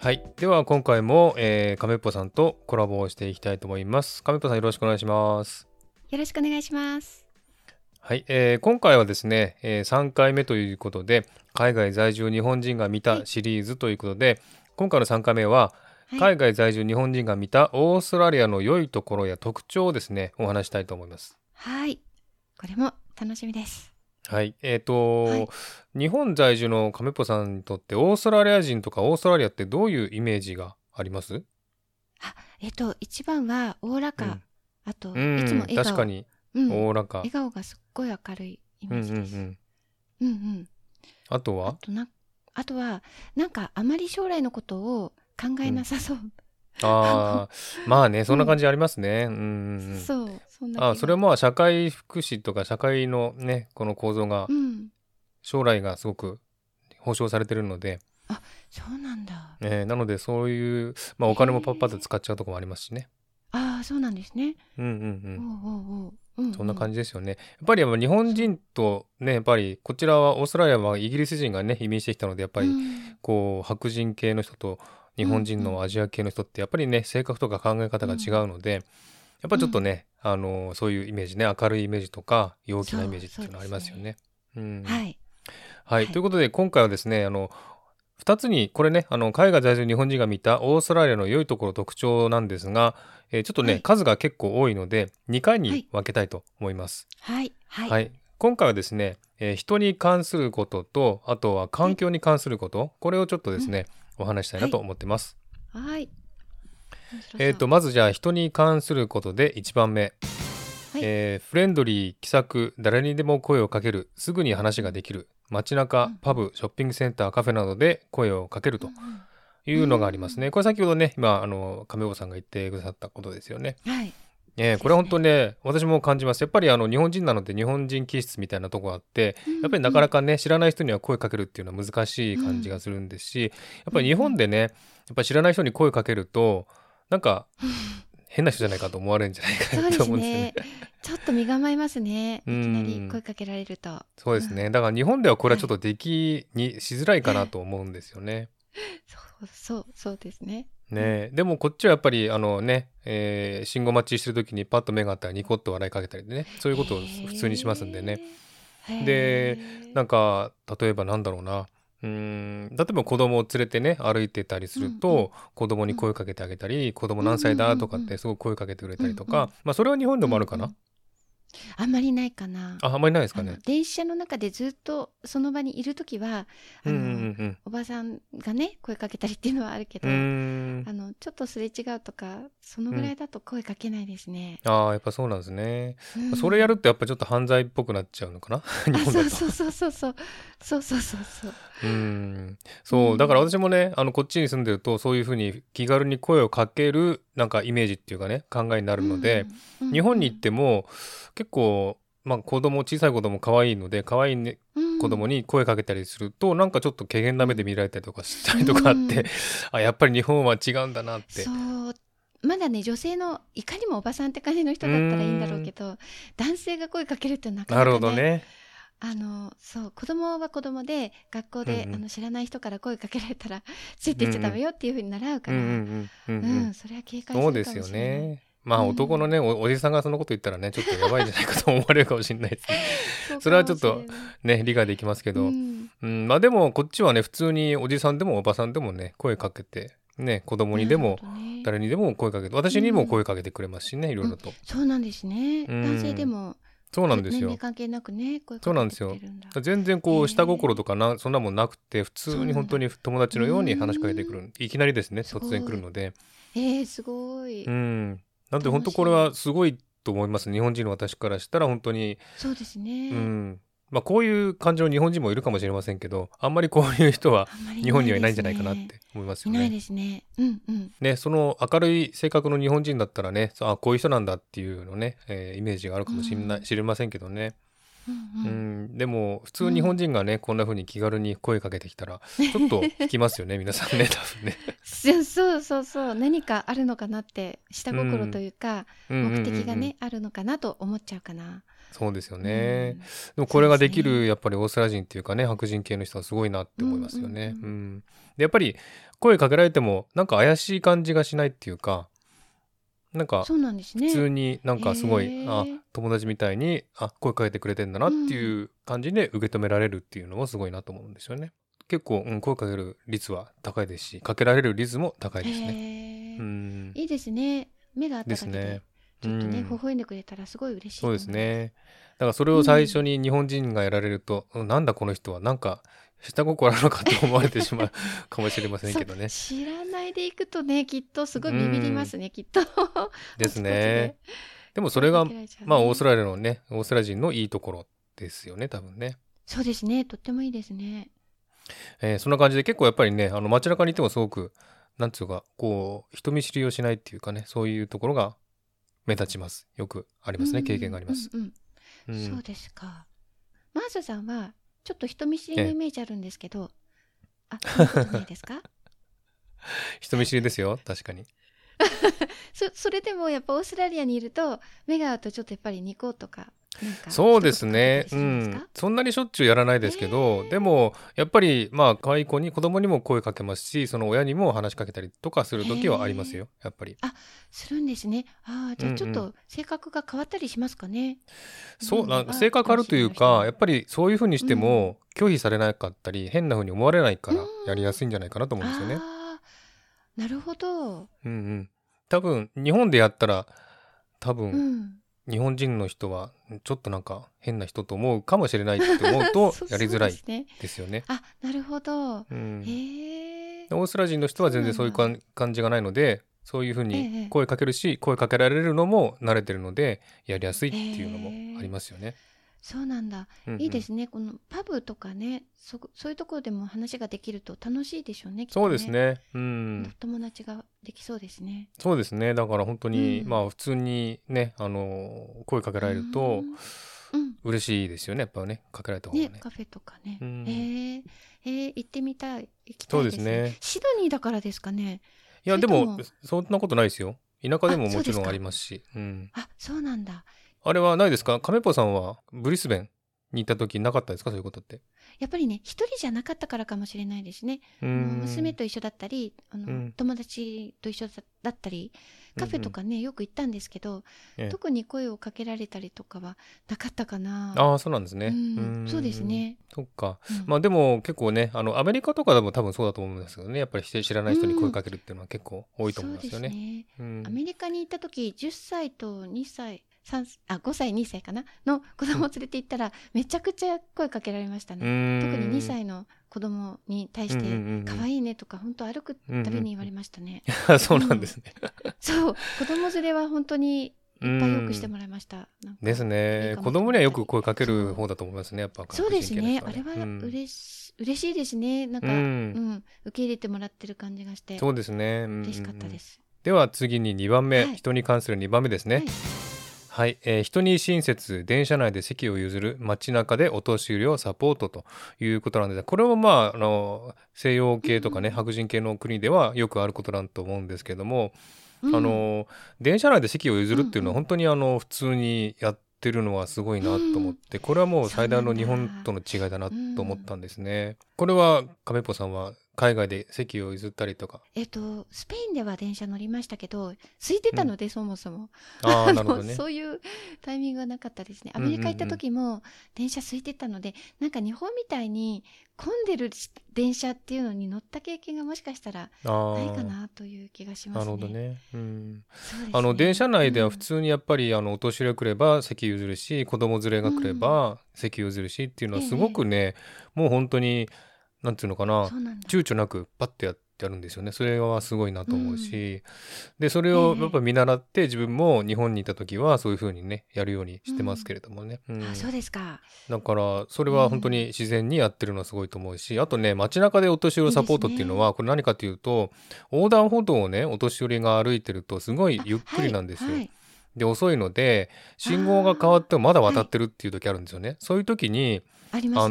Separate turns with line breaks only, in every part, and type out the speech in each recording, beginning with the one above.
はい。では今回も、えー、亀っぽさんとコラボをしていきたいと思います。亀っぽさんよろしくお願いします。
よろしくお願いします。
はい、えー今回はですね、え3回目ということで海外在住日本人が見
は
た
い
シリーズということで、今回の3回目は
はい
海外在住日本人が見たオーストラリアの良いところや特徴をですねお話したいと思います。
はい。これも楽しみです。
はい、えーと、
はい
日本在住の亀っぽさんにとってオーストラリア人とかオーストラリアってどういうイメージがあります？
えっと、一番はおおらか、
うん
あと、
うん、
いつも笑顔。
確かに
うん、
おおらか
笑。顔がすっごい明るいイ
う
メ
んうん
ー
う
ジです。うん
ん。
うん、うん
あと
あ
は？
とな、あとは、なんかあまり将来のことを考えなさそう。
ああ、まあね、そんな感じありますね。うんうんうん。
そう、そんな気が
あそれはまあ社会福祉とか社会のねこの構造が
うん。
将来がすごく保障されてるので、
そうなんだ。
えーなのでそういう、まあ、お金もパッパッと使っちゃうとこもありますしね。
ああ、そうなんですね。
うんう
おうんおうおう。うんう
うんん、そんな感じですよね。やっぱり日本人とねやっぱりこちらはオーストラリアはイギリス人がね移民してきたのでやっぱ
う
り
ん
こう白人系の人と日本人のアジア系の人ってやっぱりね性格とか考え方が違うので、やっぱちょっとね、あのそういうイメージね明るいイメージとか陽気なイメージっていうのありますよね。うん
はい。
はい、
はい
ということで今回はですねあの2つにこれねあの海外在住日本人が見たオーストラリアの良いところ特徴なんですが、えーちょっとね、
はい
数が結構多いので2回に分けたいと思います。
はい。はい。
はい、今回はですね、えー人に関することとあとは環境に関することこれをちょっとですね、お話したいなと思ってます。
はい。面白そう
えー、とまずじゃあ人に関することで1番目、
はい
えーフレンドリー気さく誰にでも声をかけるすぐに話ができる街中、
うん
パブショッピングセンターカフェなどで声をかける
う
と
んうん
いうのがありますね、これ先ほどね今あの亀尾さんが言ってくださったことですよね。
はい。
えー
そうですね
これ本当ね私も感じますやっぱりあの日本人なので日本人気質みたいなとこあってやっぱりなかな
か、
かね知らない人には声かけるっていうのは難しい感じがするんですし、やっぱり日本でねやっぱり知らない人に声かけるとなんか変な人じゃないかと思われるんじゃないか
そう
な
で
と
す
思うんですよ
ね
ね。。
ちょっと身構えますね。いき
うん
なり声かけられると。
そうですね。だから日本ではこれはちょっとできにしづらいかなと思うんですよね。
そうそうそうですね。
ねえでもこっちはやっぱりあのね、えー信号待ちしてる時にパッと目があったらニコッと笑いかけたりでねそういうことを普通にしますんでね。
へー。
で
へー
なんか例えばなんだろうなうーん例えば子供を連れてね歩いてたりすると、
うんうん
子供に声かけてあげたり、子供何歳だとかっ
うんうんう
て
ん
すごく声かけてくれたりとか、
うんうん
まあそれは日本でもあるかな、
うんうんあんまりないかな。
ああんまりないですか
あ
ね
の。電車の中でずっとその場にいるときは、あ
うん
の
うん
おばさんがね声かけたりっていうのはあるけ
う
ど、
んうーん
あのちょっとすれ違うとかそのぐらいだと声かけないですね。
ああやっぱそうなんですね、
うん
それやるとやっぱちょっと犯罪っぽくなっちゃうのかな 日
あ
本
そ
だと
うそうそうそうそうそうそうそうそう。
うーん
う
そうんだから私もねあのこっちに住んでるとそういうふうに気軽に声をかけるなんかイメージっていうかね考えになるので、
うん、うん
日本に行っ、ても結構、まあ、子供小さい子供可愛いので可愛いね
うん
子供に声かけたりすると、なんかちょっと怪げな目で見られたりとかしたりとかあって、
うん
あやっぱり日本は違うんだなって
そうまだね女性のいかにもおばさんって感じの人だったらいいんだろうけど男性が声かけるってなか
な
なか、ね、
るほどね
あのそう子供は子供で学校で、
うんうん
あの知らない人から声かけられたら ついていっちゃダメよっていうふうに習う
う
か
ん
ら、
う
うん
んうんうんうん
それは警戒す
そう
る
で
か
す
も
よ
しれない。
ねまあ
うん
男のねおおじさんがそのこと言ったらねちょっとやばいんじゃないかと思われるかもしれないです ね
そう
それはちょっ
か
と
もしれない
ね理解できますけど、
う
うん
ん
まあでもこっちはね普通におじさんでもおばさんでもね声かけてね子供にでも
なるほどね
誰にでも声かけて私にも声かけてくれますしねいろいろと、
そうなんですね、
うん
男性でも
そうなんです
年
よ
齢関係なくね声
そう
か
なんで
けて
すよ
くれるんだ
全然こ
へ
う
え
下心とかなそんなもんなくて普通
そうなん
に
だ
本当に友達のように話しかけてくるいきなりですね
すごい
突然来るので
えー、すごい、
うんなんで本当これはすごいと思います日本人の私からしたら本当に
そうですね、
うんまあこういう感情の日本人もいるかもしれませんけどあんまりこういう人は
あんまり
日本にはいないんじゃないかなっ
ですね
て思います
い
よ
ない
ね。
ですね。うんうん。
ねその明るい性格の日本人だったらねあこういう人なんだっていうのね、えーイメージがあるかもしれない、
うん
知れませんけどね。
うん
う
うん
ん、でも普通日本人がね、こんな風に気軽に声かけてきた らちょっと引きますよね皆さんね多分ね。
そうそうそうそう何かあるのかなって下心というか、
うんうんうんうん
目的がね、あるのかなと思っちゃうかな。
そうですよね、でもこれができるやっぱりオーストラリア人っていうかね白人系の人はすごいなって思いますよね。
うんうん
うんでやっぱり声かけられてもなんか怪しい感じがしないっていうかなんか
そうなんですね
普通になんかすごい、
へー
あ友達みたいにあ声かけてくれてんだなっていう感じで受け止められるっていうのもすごいなと思うんですよね。結構、うん、声かける率は高いですしかけられる率も高いですね。
へー
うん
いいですね目があった
で
だ
す
け
ね
で。ちょっとね、
うん
微笑んでくれたらすごい嬉しいと
そう
思
で
います
ね。だからそれを最初に日本人がやられると、うんなんだこの人はなんか下心あるのかと思われてしまう かもしれませんけどね。
そう知らないでいくとねきっとすごいビビりますね、きっと
です ね。でもそれが、まあオースト
ラ
ラリアのね、オーストラリア人のいいところですよね、多分ね。
そうですねとってもいいですね
えーそんな感じで結構やっぱりね、あの街中にいてもすごく、なんつうか、こう、人見知りをしないっていうかね、そういうところが目立ちます。よくありますね、
うん
経験があります。
うん
う
うん
ん
そうですかマーサさんはちょっと人見知りのイメージあるんですけど、あそんなことないです か
人見知りですよ、確かに。
そそれでもやっぱオーストラリアにいると目が合うとちょっとやっぱりニコとかなんか
そうですね。
一
う
言か
ん
けたりするんですか。
そんなにしょっちゅうやらないですけど、
えー
でも、やっぱり、まあ、可愛い子に、子供にも声かけますし、その親にも話しかけたりとかする時はありますよ、やっぱり。
するんですねああじゃあちょっ
うん
と性格が変わったりしますかね、
そう、なん
あ
か性格あるというか、やっぱりそういうふうにして
う
も、拒否されなかったり、変なふうに思われないから
うん、
やりやすいんじゃないかなと思うんですよね。
あーなるほど。
うんうん。多分、日本でやったら、多
う
分、
ん。
日本人の人は、ちょっとなんか、変な人と思うかもしれないって思うと
そ、
やりづらい
そうですね。
ですよね。
あ、なるほど。
うん
へえ。
でオーストラリア人の人は全然そういうかん感じがないのでそういうふう
ええ
に声かけるし、声かけられるのも慣れてるのでやりやすいっていうのもありますよね。
そうなんだ。
うんうん
いいですね。このパブとかね、そそういうところでも話ができると楽しいでしょうね。きっと
そうです。ね、う
お
ん、
友達ができそうですね。
そうですねだから本当に、
うん
まあ普通にねあの声かけられる
う
と
んうん。
嬉しいですよねやっぱねかけられた方がね
ね、カフェとかね。
うん
へえ。へえ、行ってみたい。行きたいです
そ
ね。
うですね
シドニーだからですかね。
いやで
それ
も
とも
そんなことないですよ田舎でも
あそう
も
で
ち
すか
ろんありますしうん、
あ、そうなんだ。
あれはないですか亀ぽさんはブリスベンに行った時なかったですかそういうことって。
やっぱりね、一人じゃなかったからかもしれないですね。
う
あの
ん
娘と一緒だったり、あの、
うん
友達と一緒だったり、カフェとかね、よく行ったんですけど、
ええ
特に声をかけられたりとかはなかったかな。
ああそうなんですね。
うん
ん
そうですね。
そっか。
うん
まあでも結構ね、あのアメリカとかでも多分そうだと思うんですけどね、やっぱり知知らない人に声かけるっていうのは結構多いと思いますよ
そう
ね。
ですね。
うん
アメリカに行った時、10歳と2歳、3あ、5歳、2歳かなの子供を連れて行ったら、めちゃくちゃ声かけられましたね。特に2歳の子供に対して、可
い
愛いねとか、本当歩くたびに言われましたね。
い。そうなんですね。
そう、子供連れは本当にいっぱいよくしてもらいました。なんか
です
いい
ね。
かも
子供にはよく声かける方だと思いますね、やっぱ。
そうですね。あ
白人
れ
系
は
の人
嬉し、嬉しいですね。なんか、
う
う
ん
ん、
うん。
受け入れてもらってる感じがして、
そうですね。。
嬉しかったですす。
では次に2番目、
はい
人に関する2番目ですね。はい、えー人に親切、電車内で席を譲る、街中でお年寄りをサポートということなんですが、これもまあ、あの、西洋系とかね、
うん
白人系の国ではよくあることだと思うんですけども、
うん
あ、の、電車内で席を譲るっていうのは
うんう
本当にあの、普通にやってるのはすごいなと思って、これはもう最大の日本との違いだなと思ったんですね。これは、亀ぽさんは海外で席を譲ったりとか。
えっと、スペインでは電車乗りましたけど、空いてたので、そもそも。
ああ、
あ
なるほど
の、
ね。
そういうタイミングがなかったですね。アメリカ行った時も、電車空いてたので、なんか日本みたいに混んでる電車っていうのに乗った経験がもしかしたら
あ
ないか
ー
なという気がしま
な
す
る
ね。
ほどね。うん。
そうですね。
あの電車内では普
うん
通にやっぱりあのお年寄りが来れば席譲るし子供連れが来れば席譲るしっていうのは
ええ
すごくねもう本当になんていうのかな
そうなんだ。
躊躇なくパッとやってやるんですよねそれはすごいなと思うしでそれ
え
を
え
やっぱ見習って自分も日本にいた時はそういうふうにねやるようにしてますけれどもね。うん
あ、そうですか。
だからそれは本当に自然にやってるのはすごいと思うし、あとね街中でお年寄りをサポートっていうのはこれ何かというと横断歩道をねお年寄りが歩いてるとすごいゆっくりなんですよ。
あはいはい
で遅いので信号が変わってもまだ渡ってるっていう時あるんですよね。そういう時に
ありま
あ
す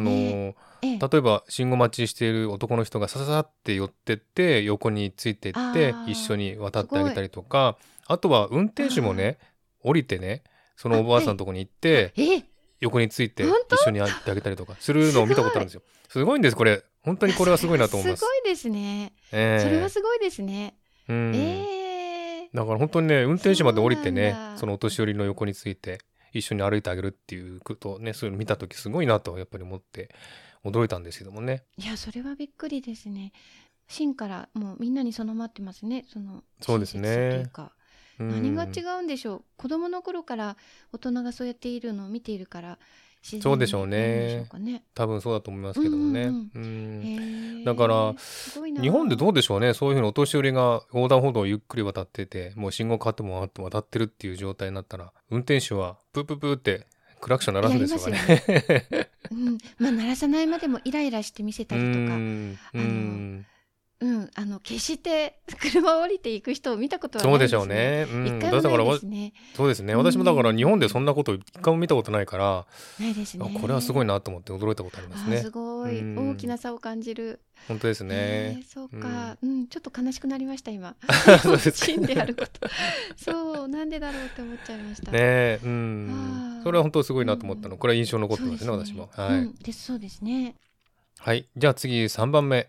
の
ね。ええ
例えば信号待ちしている男の人がさささって寄ってって横についてっ
あ
て
ー
一緒に渡ってあげたりとかあとは運転手もね降りてねそのおばあさんのとこに行って
ええ
横について
本当
一緒にやってあげたりとかするのを見たことあるんです よ。すごいんですこれ本当にこれはすごいなと思います。
すごいですね。
ええ
それはすごいですね。
うん
ええ
だから本当にね運転手まで降りてね
そう
そ
なんだ
のお年寄りの横について一緒に歩いてあげるっていうことをねそういうの見た時すごいなとやっぱり思って驚いたんですけどもね。
いやそれはびっくりですね。芯からもうみんなに備わってますね。その
そうですね
親切さというか
うん
何が違うんでしょう。子供の頃から大人がそうやっているのを見ているから自然に
そうでしょうね
なんでしょうかね。
多分そうだと思いますけどもね。
う
うんん
へえ
だから
すごいな
日本でどうでしょうねそういうふうにお年寄りが横断歩道をゆっくり渡っててもう信号変わってもわーっと渡ってるっていう状態になったら運転手はプープープーってクラクション鳴らすんでしょうか
や
ね。
りますよね。うん、まあ鳴らさないまでもイライラして見せた
う
りとか、
ん
あの
うん
うん、あの決して車を降りていく人を見たことはない
そうで
で
し
すね。
ょう。ね。う
一
ん、
回
だから
もない
わ
ですね。
そうですね
うん
私もだから日本でそんなこと一回も見たことないから、
ないですね。
あこれはすごいなと思って驚いたことあります
あー
ね
す。ごい、
うん
大きな差を感じる。
本当です
え
ね
ー。そうか、うん、ちょっと悲しくなりました今。
そうですか
死んであること。そう、なんでだろうって思っちゃいました。
ねえ、う
あ
ん
ー、
それは本当すごいなと思った
う
の。
ん
これは印象残
そ
って
う
ま
です
ね私
すね。
も。はい、
うん、でそうですね。
はい、じゃあ次三番目。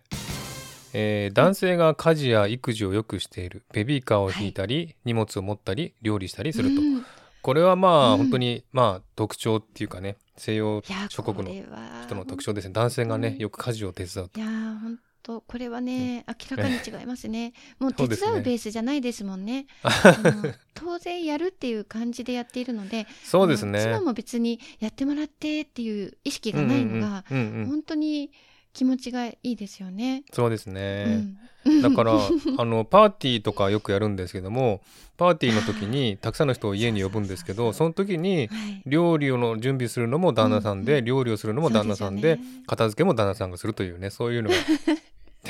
えー男性が家事や育児をよくしているベビーカーを引いたり、荷物を持ったり料理したりすると、
うんい
これはまあ、
うん
本当にまあ特徴っていうかね西洋
や
諸国の
の
人の特徴ですね男性が
う
ね
ん
よく家事を手伝う
いやー本当これはね、明らかに違いますね。もう
そ
手
うですね
伝うベースじゃないですも んね。あの当然やるっていう感じでやっているので、
そうです
あの
ね
妻も別にやってもらってっていう意識がないのが、
うんうんうんうん
本当に気持ちがいいですよね。
そうです
う
ね、
ん
だから あのパーティーとかよくやるんですけどもパーティーの時にたくさんの人を家に呼ぶんですけどその時に
はい、
料理の準備するのも旦那さんで、
うんう
料理をするのも旦那さんで
そうすよね
片付けも旦那さんがするというねそういう のが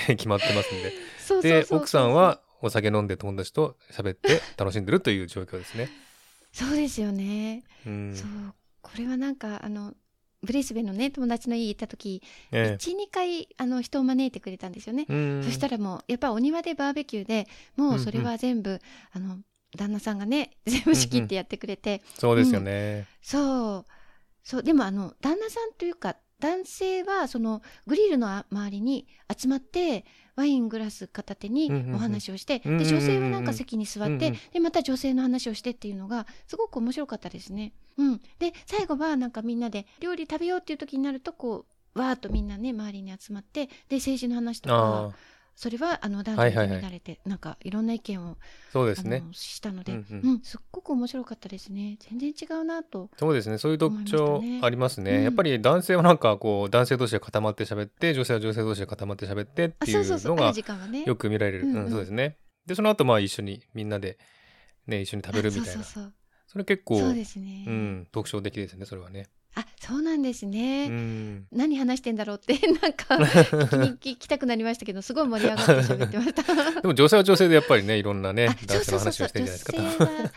決まってますんで
そうそうそう
で
そう
奥さんはお酒飲んで友達と喋って楽しんでるという状況ですね。
そうですよね、
うん
そうこれはなんかあのブリスベンのね友達の家行った時、
え
一二回あの人を招いてくれたんですよね
え、うん
そしたらもうやっぱお庭でバーベキューでもうそれは全部、あの旦那さんがね全部仕切ってやってくれて、
そうですよね。
そうそうでもあの旦那さんというか男性はそのグリルのあ周りに集まってワイングラス片手に
うんうんうん
お話をして、
うんうんうん
で
うん
女性はなんか席に座っ
う
て、
んうん
でまた女性の話をしてっていうのがすごく面白かったですね。うん、で最後はなんかみんなで料理食べようっていう時になるとこうわーっとみんなね周りに集まってで政治の話とか
ああ
それはあの男
はい
女
はい
に
はい
慣れて、なんかいろんな意見を、
そうで
あ
すね。
のしたので、う
うんんうん
すっごく面白かったですね。全然違うなと。
そうですね。そういう特徴
思いましたね
ありますね。
うん
やっぱり男性はなんかこう男性同士で固まって喋って、女性は女性同士で固まって喋ってっ
あ、
てい
そうそう
う
そ
の
う、ある
が
時間はね。
よく見られる。う
う
ん
うん
ん、そうですね。でその後まあ一緒にみんなでね一緒に食べるみたい
あ
な。
そうそう
それ結
そ
構
う。そうですね。
うん特徴的ですね。それはね。
あ、そうなんですね。
うん。
何話してんだろうって、 な んか、聞きに行きたくなりましたけど、すごい盛り上がって喋って ました。
でも女性は女性でやっぱりねいろんなね
あ
男性の話をしてるじゃないですか。
女性は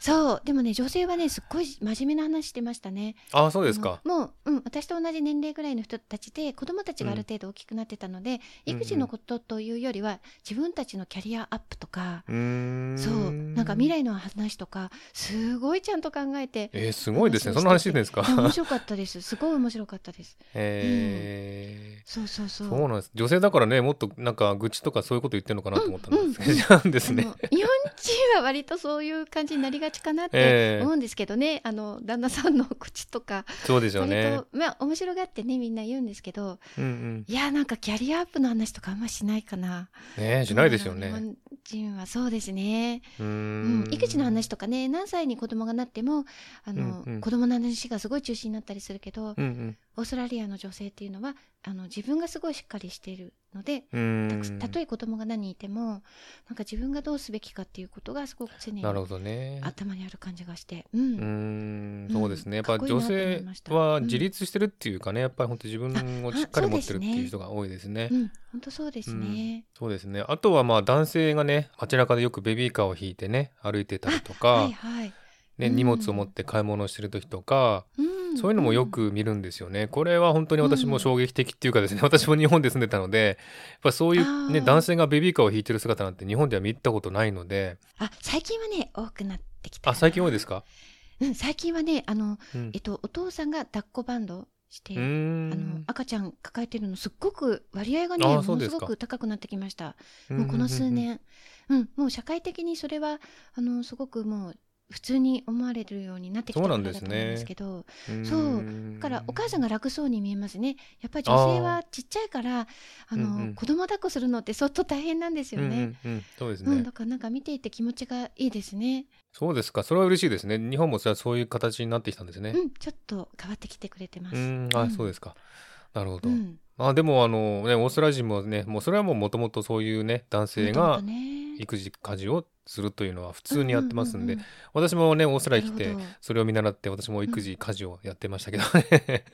そうでもね女性はねすっごい真面目な話してましたね
ああそうですか。
あのもう、うん、私と同じ年齢ぐらいの人たちで子供たちがある程度大きくなってたの
う
で、
ん
育児のことというよりは自分たちのキャリアアップとか、
うーん。
そうなんか未。来の話とかすごいちゃんと考えて
えー、すごいですね。
話
そ
を
んな話
し
してて
て
るんですか
い。や面白かったですすごい面白かったです
えー
そうそうそう
そうなんです。女性だからね、もっとなんか愚痴とかそういうこと言ってるのかなと思ったんですけど、
うん
違うんです
あの
ね。
日本人は割とそういう感じになりがちかなって
ええ
思うんですけどね、あの旦那さんの口とか
そうですよ
割と、
ね。
まあ面白がってねみんな言うんですけど
うんうん。
いやなんかキャリアアップの話とかあんましないかな
ねえしないですよ
どうだ
ね。
ろう日本人はそうですね、
うー
うん
ん。
育児の話とかね何歳に子供がなってもあの、
うんうん
子供の話がすごい中心になったりするけど、
うん
オーストラリアの女性っていうのはあの自分がすごいしっかりしているので
うん。う
た
ー
く
ん
たとえ子供が何人いてもなんか自分がどうすべきかっていうことがすごく常に
なるほどね。
頭にある感じがして、うん
うーん
うん
そうですね。やっ
かっ
ぱ
こいいな
女
って思い
性
ました
は自立してるっていうかね、やっぱり本当自分をしっかり
ああ
持ってるってい
そうですね
う人が多いですね
う。ん、本当そうですね。
そうですね。あとはまあ男性がね、街中でよくベビーカーを引いてね、歩いてたりと
は
か
い、はい、
ね、
うん
荷物を持って買い物をしてる時とか、
うん、
そういうのもよく見るんですよね。これは本当に私も衝撃的っていうかですね、私も日本で住んでたので、やっぱそうい
あ
うね、
ー
男性がベビーカーを引いてる姿なんて日本では見たことないので、
うん。あ、最近はね、多くなってきた。
あ、最近多いですか
ううん、最近はねあの、
うん
えっと、お父さんが抱っこバンドして、
う
あ
ーん
の赤ちゃん抱えてるのすっごく割合がね
あー
も
そう
の
ですすか
ごく高くなってきました
うん
もうこの数
うん
年、うん、もう社会的にそれはあのすごくもう普通に思われるようになってきたことだと思うんですけど
うんうん
そう
うん
だからお母さんが楽そうに見えますねやっぱり
あー
女性はちっちゃいからあの、
うんうん
子供抱っこするのって相当大変なんですよね、
うんうんうんそうです
う
ね、
ん、だからなんか見ていて気持ちがいいですね。
そうですかそれは嬉しいですね日本もそれはそういう形になってきたんですね
うん、ちょっと変わってきてくれてま
う
す。
んあそうですかなるほ
う
ど、
ん、
まあでもあのねオーストラリア人もねもうそれはもうもともとそういうね男性
もともと
が
ね、
育児家事をするというのは普通にやってますんで、
ううう
私もねオーストラリア来
な
て
るほど
それを見習って私も育児家事をやってましたけ どね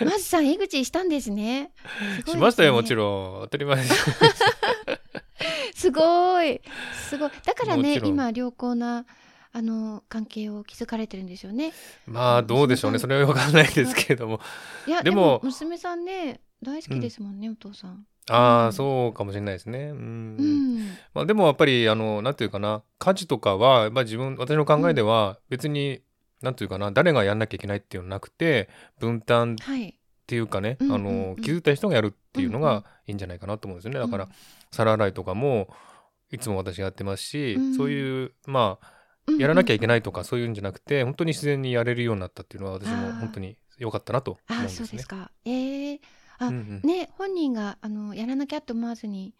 うんまずさん、育児したんですね。すごいですね
しましたよもちろん当たり 前です
すごい、すごい。だから
も
ね
ち、ろん
今良好な。あの関係を築かれてるんですよね。
まあどうでしょうねそれは分かんないですけれども
いや、
で
で
も
も娘さんね、大好きですもんね、お父さん。
あ
う
あ
ん
そうかもしれないですねうん
うん、
まあ、でもやっぱりあのなんていうかな家事とかは、まあ、自分私の考えでは別に、なんていうかな誰がやんなきゃいけないっていうのなくて分担っ
はい。
ていうかね、
うんうん
あ
うん
の気づいた人がやるっていうの
うんう
が
ん
いいんじゃないかなと思うんですよね、だから
うん、
皿洗いとかもいつも私やってますし、
うん
そういうまあ
うん
やらなきゃいけ
い。
ないとかそういうんじゃなくて本当に自然にやれるようになったっていうのは私
あ
も
ー
本当に良かったなと思うん
あ、
で
そう
す
で
ね
す。か。ええ
う
か
んうん
ね、本人があのやらなきゃって思わずに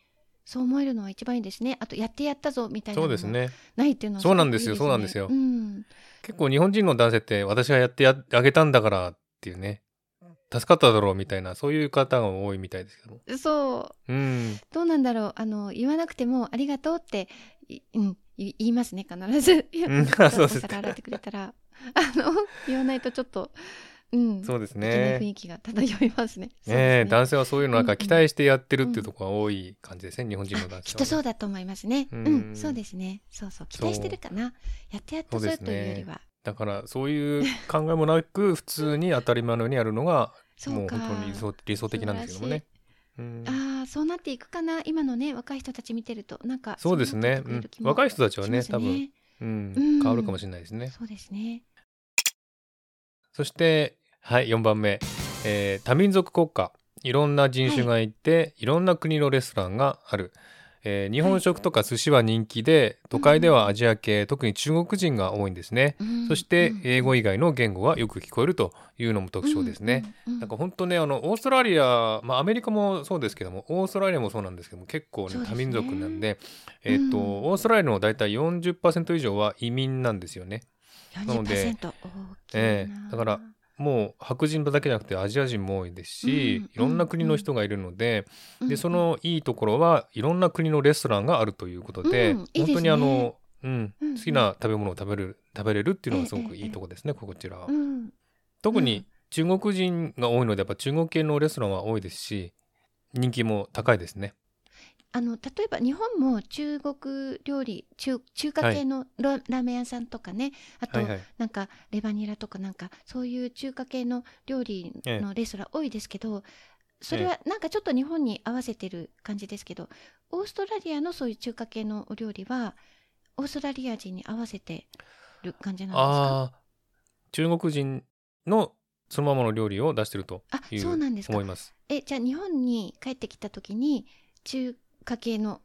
そう思えるのは一番いいですねあとやってやったぞみたいな
そ
の
うです
も
ね
ないっていうのは
そうなんですよ
ごくいい
そう
う
なん
ん、
結構日本人の男性って私がやってやあげたんだからっていうね助かっただろうみたいなそういう方が多いみたいですけど
そう
うん
どうなんだろうあの言わなくても「ありがとう」ってい、うん、い言いますね必ず
ん そう
お
ですか
皿洗ってくれたら あの言わないとちょっとうん
そうです
いけない雰
ね
囲気が漂いますねそう
ねえ
ですね
男性はそういうのなんか期待してやってるっていうところが多い感じですね、日本人の
あ
男
きっ
性
と
は
そ
ね、
うだと思いますねうん、
うん
そうですねそうそう期待してるかなやってやった
そうで
ぞ
すね
というよりは
だからそういう考えもなく普通に当たり前のようにやるのが
そう
もう
か
本当に理想理想的なんですけどもね。うん
ああそうなっていくかな今のね若い人たち見てるとなんか
そうですね、うん若い人たち
人
はね多分、うん、
うん
変わるかもしれないですね。
そうですね
そして、はい、4番目、えー多民族国家いろんな人種がいて、い、ろんな国のレストランがある、えー日本食とか寿司は人気で都会ではアジア系、特に中国人が多いんですね、そして英語
以
以外の言語はよく聞こえるというのも特徴ですね、、
うんうん
なんか本当ねあのオーストラリア、まあ、アメリカもそうですけどもオーストラリアもそうなんですけども結構、ね
そうです
多
ね
民族なんで、えーと
うん
オーストラリアの大体40%以上は移民なんですよね。なので
40%大きいな、
ええだからもう白人だけじゃなくてアジア人も多いですし、
うん
いろんな国の人がいるので,、
うん
でそのいいところはいろんな国のレストランがあるということで,、
うんいいですね
本当にあの、うん
うんうん
好きな食べ物を食べる食べれるっていうのがすごくいいところですね、こちらは。
うん
特に中国人が多いのでやっぱ中国系のレストランは多いですし人気も高いですね。
あの例えば日本も中国料理中中華系のラ,、ラーメン屋さんとかねあと、
はいはい、
なんかレバニラとかなんかそういう中華系の料理のレストラン多いですけど、それはなんかちょっと日本に合わせてる感じですけどオーストラリアのそういう中華系のお料理はオーストラリア人に合わせてる感じなんで
ああ中国人のそのままの料理を出してると
すかあ
い
そうなんで
う
すか
思います。
えじゃあ日本に帰ってきた時に中華系の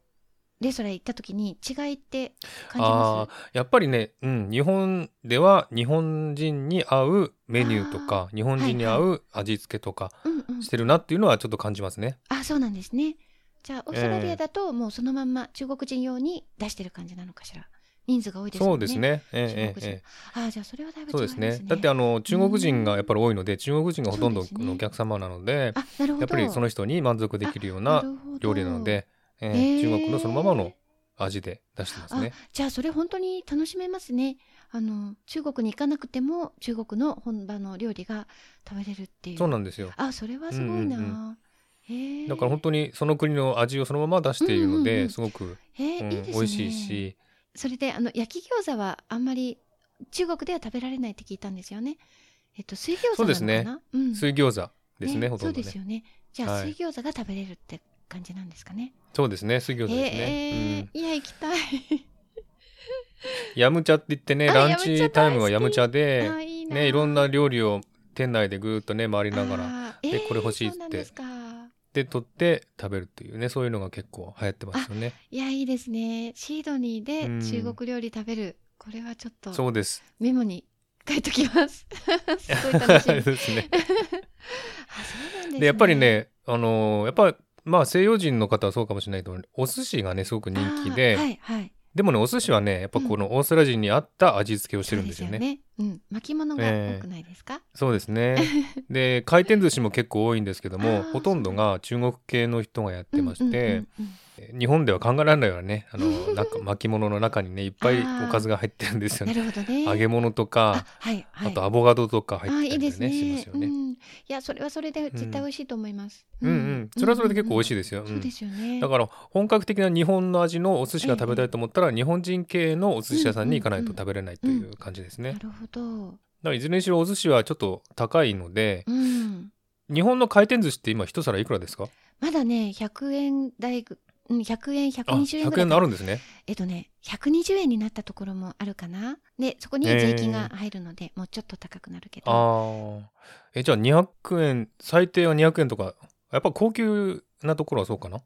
レストラン行った時に違いって感じ
あ
ま
あーやっぱりね、うん、日本では日本人に合うメニューとか日本人に合う味付けとか
すうんうん
してるなっていうのはちょっと感じますね。
あそうなんですねじゃあオーストラリ
ええ
アだともうそのまんま中国人用に出してる感じなのかしら人数が多いですもん
そ
ね
うですね。ええ
中
ええ
国
ええ
人あじゃあそれはだいぶ違い
そう
ま
ですす
ね
ね。だってあの中国人がやっぱり多いので中国人がほとんど
そうですね
のお客様なので
あなるほど
やっぱりその人に満足できるよう
な
な
るほど
料理なので、ええ
へえ
中国のそのままの味で出してますね。
じゃあそれ本当に楽しめますねあの中国に行かなくても中国の本場の料理が食べれるっていう
そうなんですよ。
あそれはすごいな、
うんうん
へえ
だから本当にその国の味をそのまま出しているの
うんうんう
で
ん
すごく、
へえ、
うん
いいですね
美味しいし、
それであの焼き餃子はあんまり中国では食べられないって聞いたんですよね。えっと水餃
そ
子
うで
なのかな。
すね
うん。
水餃子ですねほとんど
そうで
ね
す。よね。じゃあ、
はい
水餃子が食べれるって感じなんですかね。
そうですね、水餃子ですね。
ええいや行きたい。
ヤムチャって言ってね
あ
ランチタイムはヤ
ヤ
ム
ム
チ
チ
ャ
ャ
で
あいいな
ねいろんな料理を店内でぐーっとね回りながら
ら
でこれ欲しいっつって
そうなんですか
で取って食べるというねそういうのが結構流行ってますよね
いやいいですねシードニーで
うん
中国料理食べるこれはちょっと
そうです
メモに書いときます すごい 楽しみあそう
ですね
なんですね
でやっぱりねあのーやっぱまあ西洋人の方はそうかもしれないけどお寿司がねすごく人気で、
あーはいはい
でもねお寿司はねやっぱこのオーストラリア人に合った味付けをしてるんですよね。
そうですよねうん巻物が
ええ
多くないですか、
そうです ね。で回転寿司も結構多いんですけども
あー
ほとんどが中国系の人がやってまして、
うんうんうんうん
日本では考えられないようなね あのなんか巻物の中にねいっぱいおかずが入ってるんですよ
な
ね。
るほどね
揚げ物と
あ
か
はいは
あ
い
とアボカドとか入
あ
っ
い
て
い
たり
で
と
す
かねしま
ね
す。よ
う
ね。
ん、いやそれはそれで絶対美味しいと思います。
うんうんそれはそれで結構美味しい
い。
ですよ。うん
そうですよね。
だ
ら
から本格的な日本の味のお寿司が食べたいと思ったら、日本人系のお寿司屋さんに行かないと食べれないという感じですね。
なるほど。
だからいずれにしろお寿司はちょっと高いので、
うん。
日本の回転寿司って今一皿いくらですか？
まだね100円台ぐうん100円
あ、
120円
100
ぐらい
円のあるんですね。
えっとね120円になったところもあるかな。でそこに
へえ
税金が入るので、もうちょっと高くなるけど。
あーえじゃあ200円最低は200円とかやっぱ高級なところはそうかな。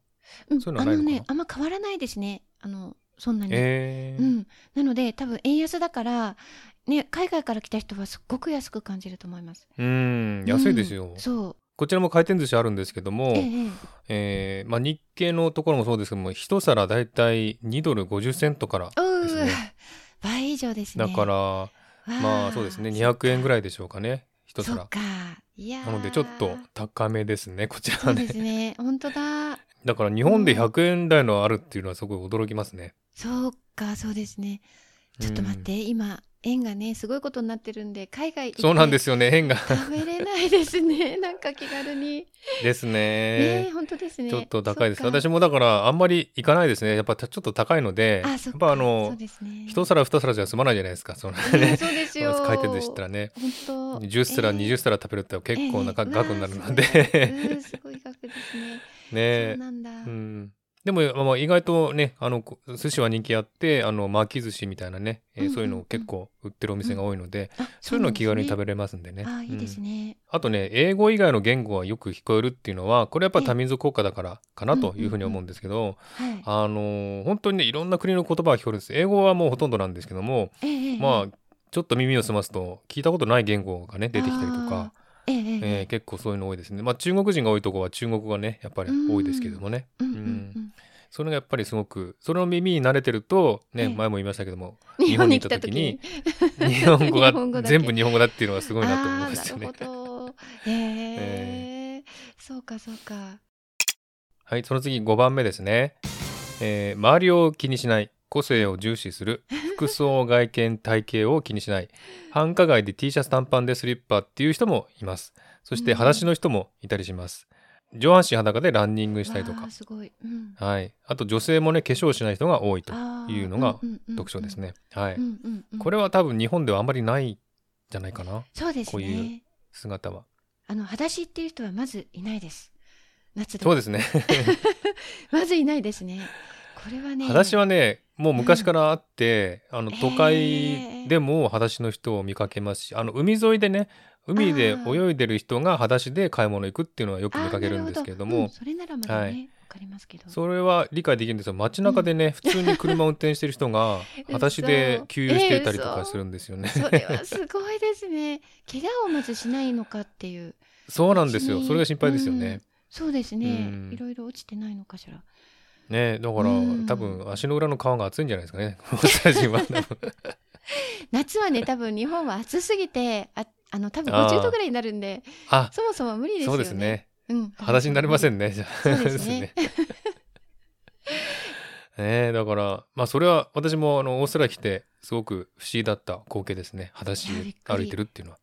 うん
そういうの
あ
はない
の
のかな
ねあんま変わらないですね。あのそんなに。
えー
うん、なので多分円安だから、ね、海外から来た人はすっごく安く感じると思います。
うん安いですよ、
うんそう
こちらも回転寿司あるんですけども、え
ええええ
ーまあ、日系のところもそうですけども一皿だいたい2ドル50セントから
う
です
ー
ね
倍以上ですね。
だから、まあそうですね200円ぐ
ら
ら
い
いでしょうかね一
そっ
皿
か。いやー
なのでちょっと高めですねこちら
そ
は
うで
ね
すね。本当だ。
だから日本で100円台のあるっていうのはすごい驚きますね
そうかそうですね。ちょっと待っ
う
て、今円がねすごいことになってるんで海外行っ
ん
て
そうなんですよね円が
食べれないですね。 なんか気軽に。
です
ね
ね
本当ですね。
ちょっと高いです
そっか
私もだからあんまり行かないですねやっぱちょっと高いので
あ
や
そっ
っ
か
ぱあ
そう
の
ですね
一皿二皿じゃ済まないじゃないですかその
いや
ね
そうですよ。
回転寿司ったらね
本当
10皿、
ええ
20皿食べるって結構な
ええ
額
うわー
になるの
う
で
んすごい額ですね。
ね
そうなんだ。
うん、でも、まあまあ、意外とねあのこ寿司は人気あってあの巻き寿司みたいなね、えー
うんうんうん
そういうのを結構売ってるお店が多いので、
あ
そういうのを気軽に食
べ
べれますんでね。
あいいです
うん
ね。
あとね英語以外の言語がよく聞こえるっていうのはこれやっぱ多民族国家だからかなというふうに思うんですけど、
はい。
あのー本当にねいろんな国の言葉が聞こえるんです英語はもうほとんどなんですけども、
ええええ
まあちょっと耳を澄ますと聞いたことない言語がね出てきたりとか、
ええええ
えー結構そういうの多いですね。まあ中国人が多いとこは中国語がねやっぱり多いですけどもね。
う
う
んうんんうん
それがやっぱりすごくそれの耳に慣れてるとね、
ええ
前も言いましたけども日
日
本
本
に
に
行っ
来
た
た
時
時
に
に
日本語
日本
が
語だけ
全部日本語だっていうのがすごいなと思い
あ
ま
あ
した
ーな
ね
る。ほど。ええそうかそうか。
はいその次5番目ですね、えー周りを気にしない個性を重視する服装外見体型を気にしない繁華街で T シャツ短パンでスリッパっていう人もいますそして
うん
裸足の人もいたりします、上半身裸でランニングしたりと
わ
か
あすごい。うん。
はいあと女性もね化粧しない人が多いと
あー
いうのが
うんうんうん
特徴ですね、はい、
うんうんうん
これは多分日本ではあんまりないんじゃないかな
そうですね。
こういう姿は
あの裸足っていう人はまずいないです。夏で
そう
も
ですね
まずいないですね。これはね。
裸足はねもう昔からあって、あの
えー
都会でも裸足の人を見かけますしあの海沿いでね海で
あー
泳いでる人が裸足で買い物行くっていうのはよく
あー
見かけるんですけれども
なるほうんそれならまだね、
は
わ
い
かりますけど。
それは理解できるんですよ街中でね、普 通に車を運転してる人が
嘘
裸足で給油してたりとかするんですよね、
それはすごいですね。怪我をまずしないのかっていう。
そうなんですよ
し
それが心配ですよね、
うんそうですね、
うん
いろいろ落ちてないのかしら。
ねだから、
うん
多分足の裏の皮が厚いんじゃないですかね。 この写真は
夏はね、多分日本は暑すぎて、あ、あの多分
あー
50度ぐらいになるんで、
あ、
そもそも無理ですよ
そう
ね。
です。ね。
うん。
裸足になりませ
ん。
んね。じゃあ
そうですね
ですねねだからまあそれは私もあのオーストラリア来てすごく不思議だった光景ですね。裸足
いやび
で
っくり
歩いてるっていうのは。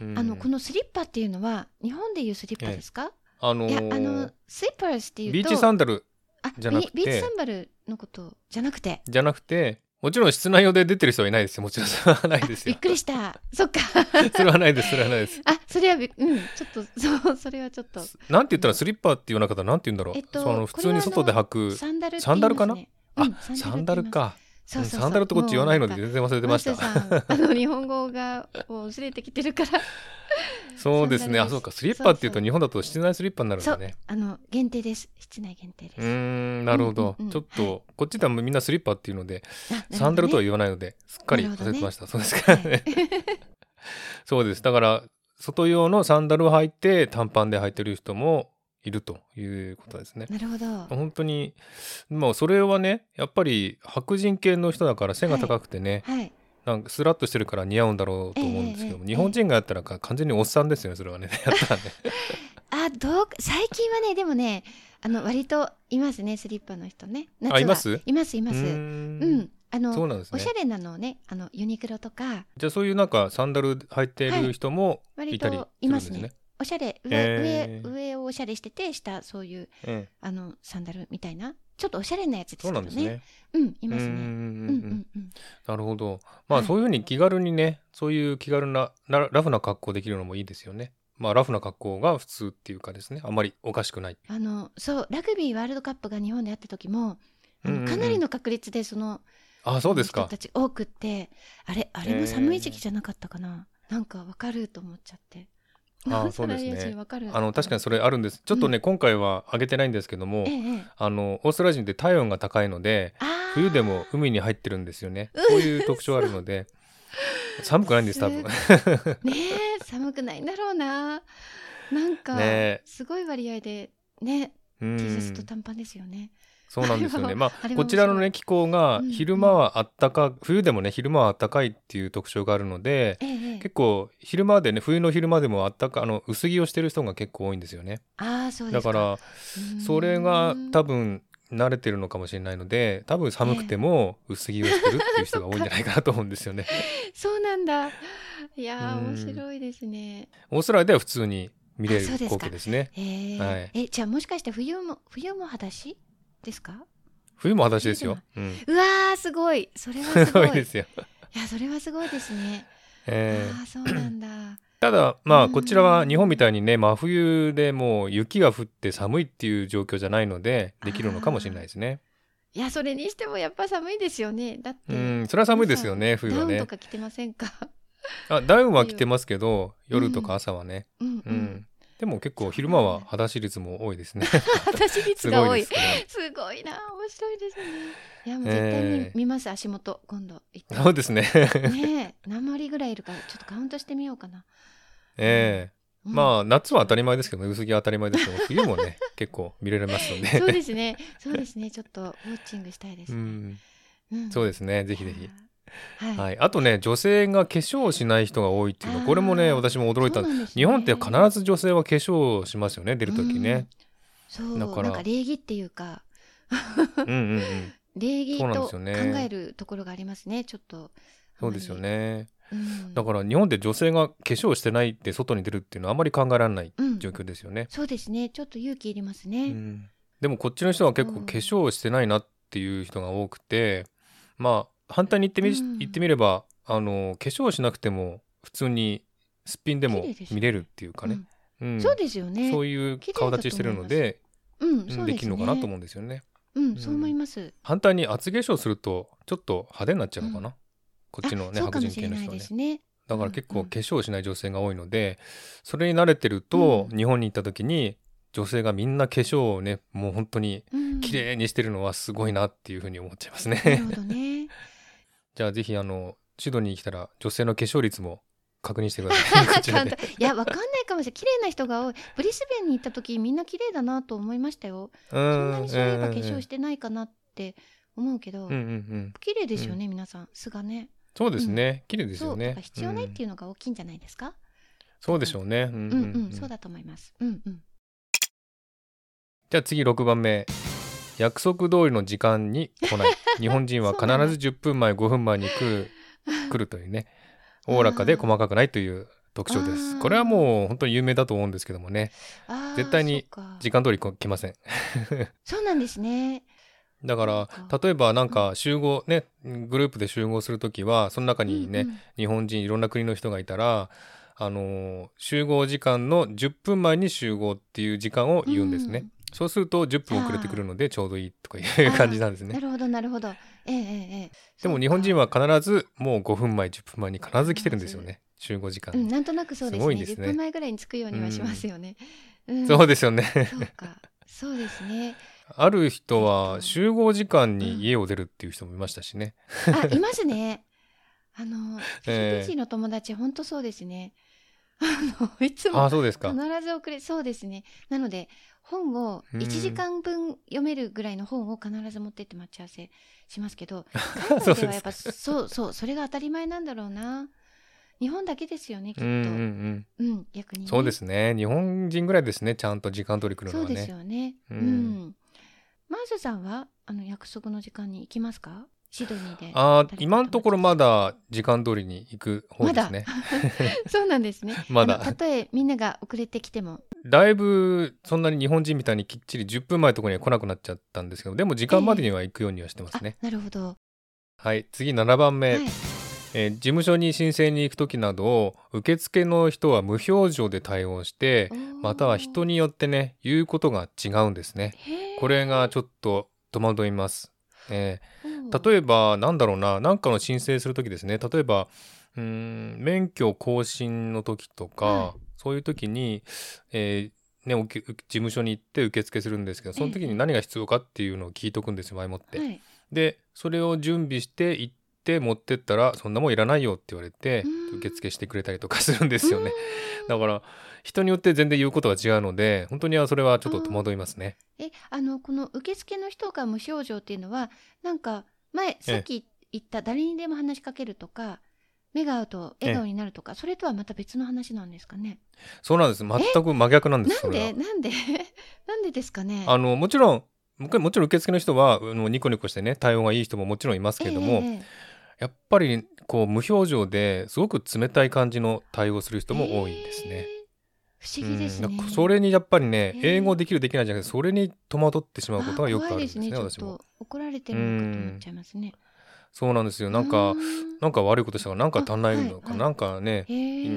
うん
あのこのスリッパっていうのは日本でいうスリッパですか？
あのー
いやあのスリッパーズっていうと
ビーチサンダル
あ
じゃなくて
ビビーチサンバルのことじゃなくて
じゃなくてもちろん室内用で出てる人はいないですよ。もちろんそれはないです
び
よ
っ。くりしたそっ か
それはないです。それはないです。
あそれはびうんちょっとそうそれはちょっと
なんて言ったらスリッパっていうような方なんて言うんだろう。
えっと
その普通に
これはあの
外で履く。
サンダルって
サンダルかな
言いますね、
あサンダル
って言います
か。
そうそうそう
サンダルってこっち言わないので
もう
全然忘れてました
マ。スター さんあの日本語がもう薄れてきてるから
そうですね。
サンダルです
あ、そうか。スリッパっていうと
そうそう
日本だと室内スリッパになるんだね。
あの限定です室内限定です、
うーん、なるほど。
うんうんうん
ちょっと、こっちではみんなスリッパっていうので、
あなるほどね
サンダルとは言わないので、すっかり
なる
忘
ほど
れ
ね
てました。そうですか、ね。 そうです。だから、外用のサンダルを履いて、短パンで履いてる人もいるということですね。
なるほど
本当に、まあ、それはね、やっぱり白人系の人だから背が高くてね、
はい
なんかスラッとしてるから似合うんだろうと思うんですけども、
えええ
日
え
本人がやったらか完全におっさんですよね、それはね。 やったらね。
あどう最近はねでもねあの割といますねスリッパの人ね夏は
あいます
い ますいます
うー
うんあ
そ
の、
うなんです
お
ね
しゃ。れなのをねあのユニクロとか
じゃあそういうなんかサンダル履いてる人も
割
いたりす
とい
るん
ま
ですす
ね
ね。
おしゃれ上,、
えー
上上をおしゃれしてて下そういう
ええ
あのサンダルみたいなちょっとおしゃれなやつですけ
そう
ど
なん
ね
ですね。
うんいう
ーん
ま
う
す
ん
ねう
うんん
う
うんん
うん
なるほど。ま
は
あ
い
そういうふうに気軽にね、そういう気軽ななラフな格好できるのもいいですよね。まあラフな格好が普通っていうかですね、あんまりおかしくない。
あのそうラグビーワールドカップが日本であった時もあの
うんうんうん
かなりの確率でその
あ、そうです
人
か
た。ち多くってあれあれも寒い時期じゃなかったかな、なんかわかると思っちゃって
あーそうですね
サラリー人わかる
あの確かにそれあるんです。ちょっとね、今回は上げてないんですけども
え、えええ
あのオーストラリア人って体温が高いので、
あー
冬でも海に入ってるんですよね。そういう特徴あるの で、寒くないんです多分。
ねえ寒くないんだろうななんか、
ねえ
すごい割合でね
うん
T シャツと短パンですよね、
そうなんですよ
あ
ね。
れは
ま
あ
あ
れは面白い
こちらのね気候が
うん
昼間はあったか、冬でもね昼間はあったかいっていう特徴があるので、
ええええ
結構昼間でね冬の昼間でもあったかあの薄着をしてる人が結構多いんですよね。
ああそうで
だ
すか
から
うん
それが多分慣れてるのかもしれないので、多分寒くても薄着をしてるっていう人が多いんじゃないかなと思うんですよ ね。
そうなんだいやー
うん
面白いですね
オーストラリアでは普通に見れる
あそうですか
光景ですね。
えー
はい
えじゃあもしかして冬も冬も裸足ですか
冬も裸足ですよ。うん。
うわーすごいそれは す
す
ご
ご
い
いですよ。
いやそれはすごいですね。
えー
ああそうなんだ。
ただま
う
あ
ん
こちらは日本みたいにね真冬でもう雪が降って寒いっていう状況じゃないのでできるのかもしれないですね。
いやそれにしてもやっぱ寒いですよね。だっ
う
て
んそれは寒いですよね冬
ダ
は
ウンと
ね。
か着てませんか。
あダウンは着てますけど
冬
夜とか朝はね。
うんう。
うんん。でも結構昼間は裸足率も多い ですね。
私率
す
が
ご
多
い
い
で。すね。
すごいな面白いですね。いやもう絶対に
えー
見ます足元今度行ったら
そうですね。
ねえ何割ぐらいいるかちょっとカウントしてみようかな。
ええ
うん
まあ夏は当たり前ですけどね薄着は当たり前ですけど冬もね結構見れますの
そう
で。
ですねそうですねちょっとウォッチングしたいです
う
ね。
ん
うん
そうですねぜひぜひ。。
はい。
はい、あとね女性が化粧をしない人が多いっていうのこれもね
あー
私も驚いたんです
そうなんですね
日本って必ず女性は化粧をしますよね出る時ね、
そう
だから
なんか礼儀っていうか
うん、うんうん
礼儀
そうなん
と
です
考
よね
えるところがありますねちょっと
そうですよね
うん
だから日本で女性が化粧してないで外に出るっていうのはあまり考えられない
うん
状況ですよね、
そうですねちょっと勇気いります
う
ね、
ん、でもこっちの人は結構化粧をしてないなっていう人が多くてまあ反対に言ってみ,、
うん
言ってみればあの化粧しなくても普通にすっぴんでも
綺麗ですよね
見れるっていうかね、うん
うんそうですよね
そう
う
いう顔立ちしてるので
ん
うん
そう
です
ね
きるのかなと思うんですよね。
うんそう思います
反対に厚化粧するとちょっと派手になっちゃうのかな、こっちのね
あそうか
白
も
人
し
系
れ
の
な
人
い
は
で
ね
すね
だから結
うん
構
うん
化粧をしない女性が多いので、それに慣れてると、
うん
日本に行った時に女性がみんな化粧をねもう本当に
うん
綺麗にしてるのはすごいなっていうふうに思っちゃいます
なる
ね
ほどね
じゃあぜひあのシドニーに来たら女性の化粧率も確認してくだ さいこちら
簡単
で
いやわかんないかもしれない綺麗な人が多いブリスベンに行った時みんな綺麗だなと思いましたよ
そ
そんなにそういえば化粧してないかなって思うけど
うんうんうん
綺麗ですよね皆さん素がね
そうですね、綺麗です
そ
よ
うだ
ね
から必要ないって
うん
いうのが大きいんじゃないですか
そうでしょうねうん
うんうんそうだと思いますうんうん
じゃあ次6番目約束通りの時間に来ない日本人は必ず10分前5分前に来る来るというねおおらかで細かくないという特徴で
あ
す
ー
これはもう本当に有名だと思うんですけどもね
あー
絶対に
そうか
時間通りこ来ません
そうなんですね。
だから
そ
例えばなんか集合ねグループで集合するときはその中にね、
うんうん
日本人いろんな国の人がいたらあのー集合時間の10分前に集合っていう時間を言うんですね、
うん
そうすると10分遅れてくるのでちょうどいいとかいう感じなんですね
なるほどなるほど。ええええ
でも日本人は必ずもう5分前10分前に必ず来てるんですよね集合時間、
うん、なんとなくそうです
すご
ね
いですね
10分前ぐらいに着くようにはしますよね、うん
そうですよね
そうかそうですね
ある人は集合時間に家を出るっていう人もいましたしね、
あいますねあのフィリ
ええ
ピン人の友達本当そうですねあのいつ
あ
も
あそうですか
必ず遅れそうですねなので本を
うん
1時間分読めるぐらいの本を必ず持ってって待ち合わせします けど
そうです
海外ではやっぱそうそうそれが当たり前なんだろうな日本だけですよね
う
きっと
んうん
うん、
うん
逆に、ね、
そうですね日本人ぐらいですねちゃんと時間取り来るの
そう
は
です
ね
よね。う。
うんん
マーズさんはあの約束の時間に行きますか？シドニーで。
あー今のところまだ時間通りに行く方ですね
そうなんですね。
ま
あのた
だ
とえみんなが遅れてきても。
だいぶそんなに日本人みたいにきっちり10分前とかには来なくなっちゃったんですけどでも時間までには行くようにはしてます
あ
ね、、
なるほど。
はい次7番目、
はい。
えー事務所に申請に行く時など受付の人は無表情で対応してまたは人
に。
によってね言うことが違うんですね
へー
これがちょっと戸惑います、え
うん
ー例えばなんだろうな何かの申請する時ですね例えばうーん免許更新の時とか、
は
そういう時に、えーね、おき事務所に行って受付するんですけどその時に何が必要かっていうのを聞いとくんですよ前もって。
はい。
でそれを準備して行って持ってったらそんなもんいらないよって言われて
うん
受付してくれたりとかするんですよね
うーん。
だから人によって全然言うことが違うので本当にはそれはちょっと戸惑いますね。
え、あのこの受付の人が無症状っていうのはなんか前さっき言った誰にでも話しかけるとか。目が合うと笑顔になるとか、それとはまた別の話なんですかね。
そうなんです全く真逆なんです
な
そ
ん
れは
で、なんで、 なんでですかね。
あのもちろんももちろん受付の人はあのニコニコしてね対応がいい人ももちろんいますけれども、
ええええ
やっぱりこう無表情ですごく冷たい感じの対応する人も多いんですね。
えー。不思議ですね。
うんだからそれにやっぱりね、
えー
英語できるできないじゃなくてそれに戸惑ってしまうことがよくあるんですね
あー怖い
私
ちょっ
も。
と怒られてるのかと思っちゃいますね。
そうなんですよなんか、
うーん
なんか悪いことしたかなんか足んないの
あ
か、
はい
なんかね、
へ
う
ー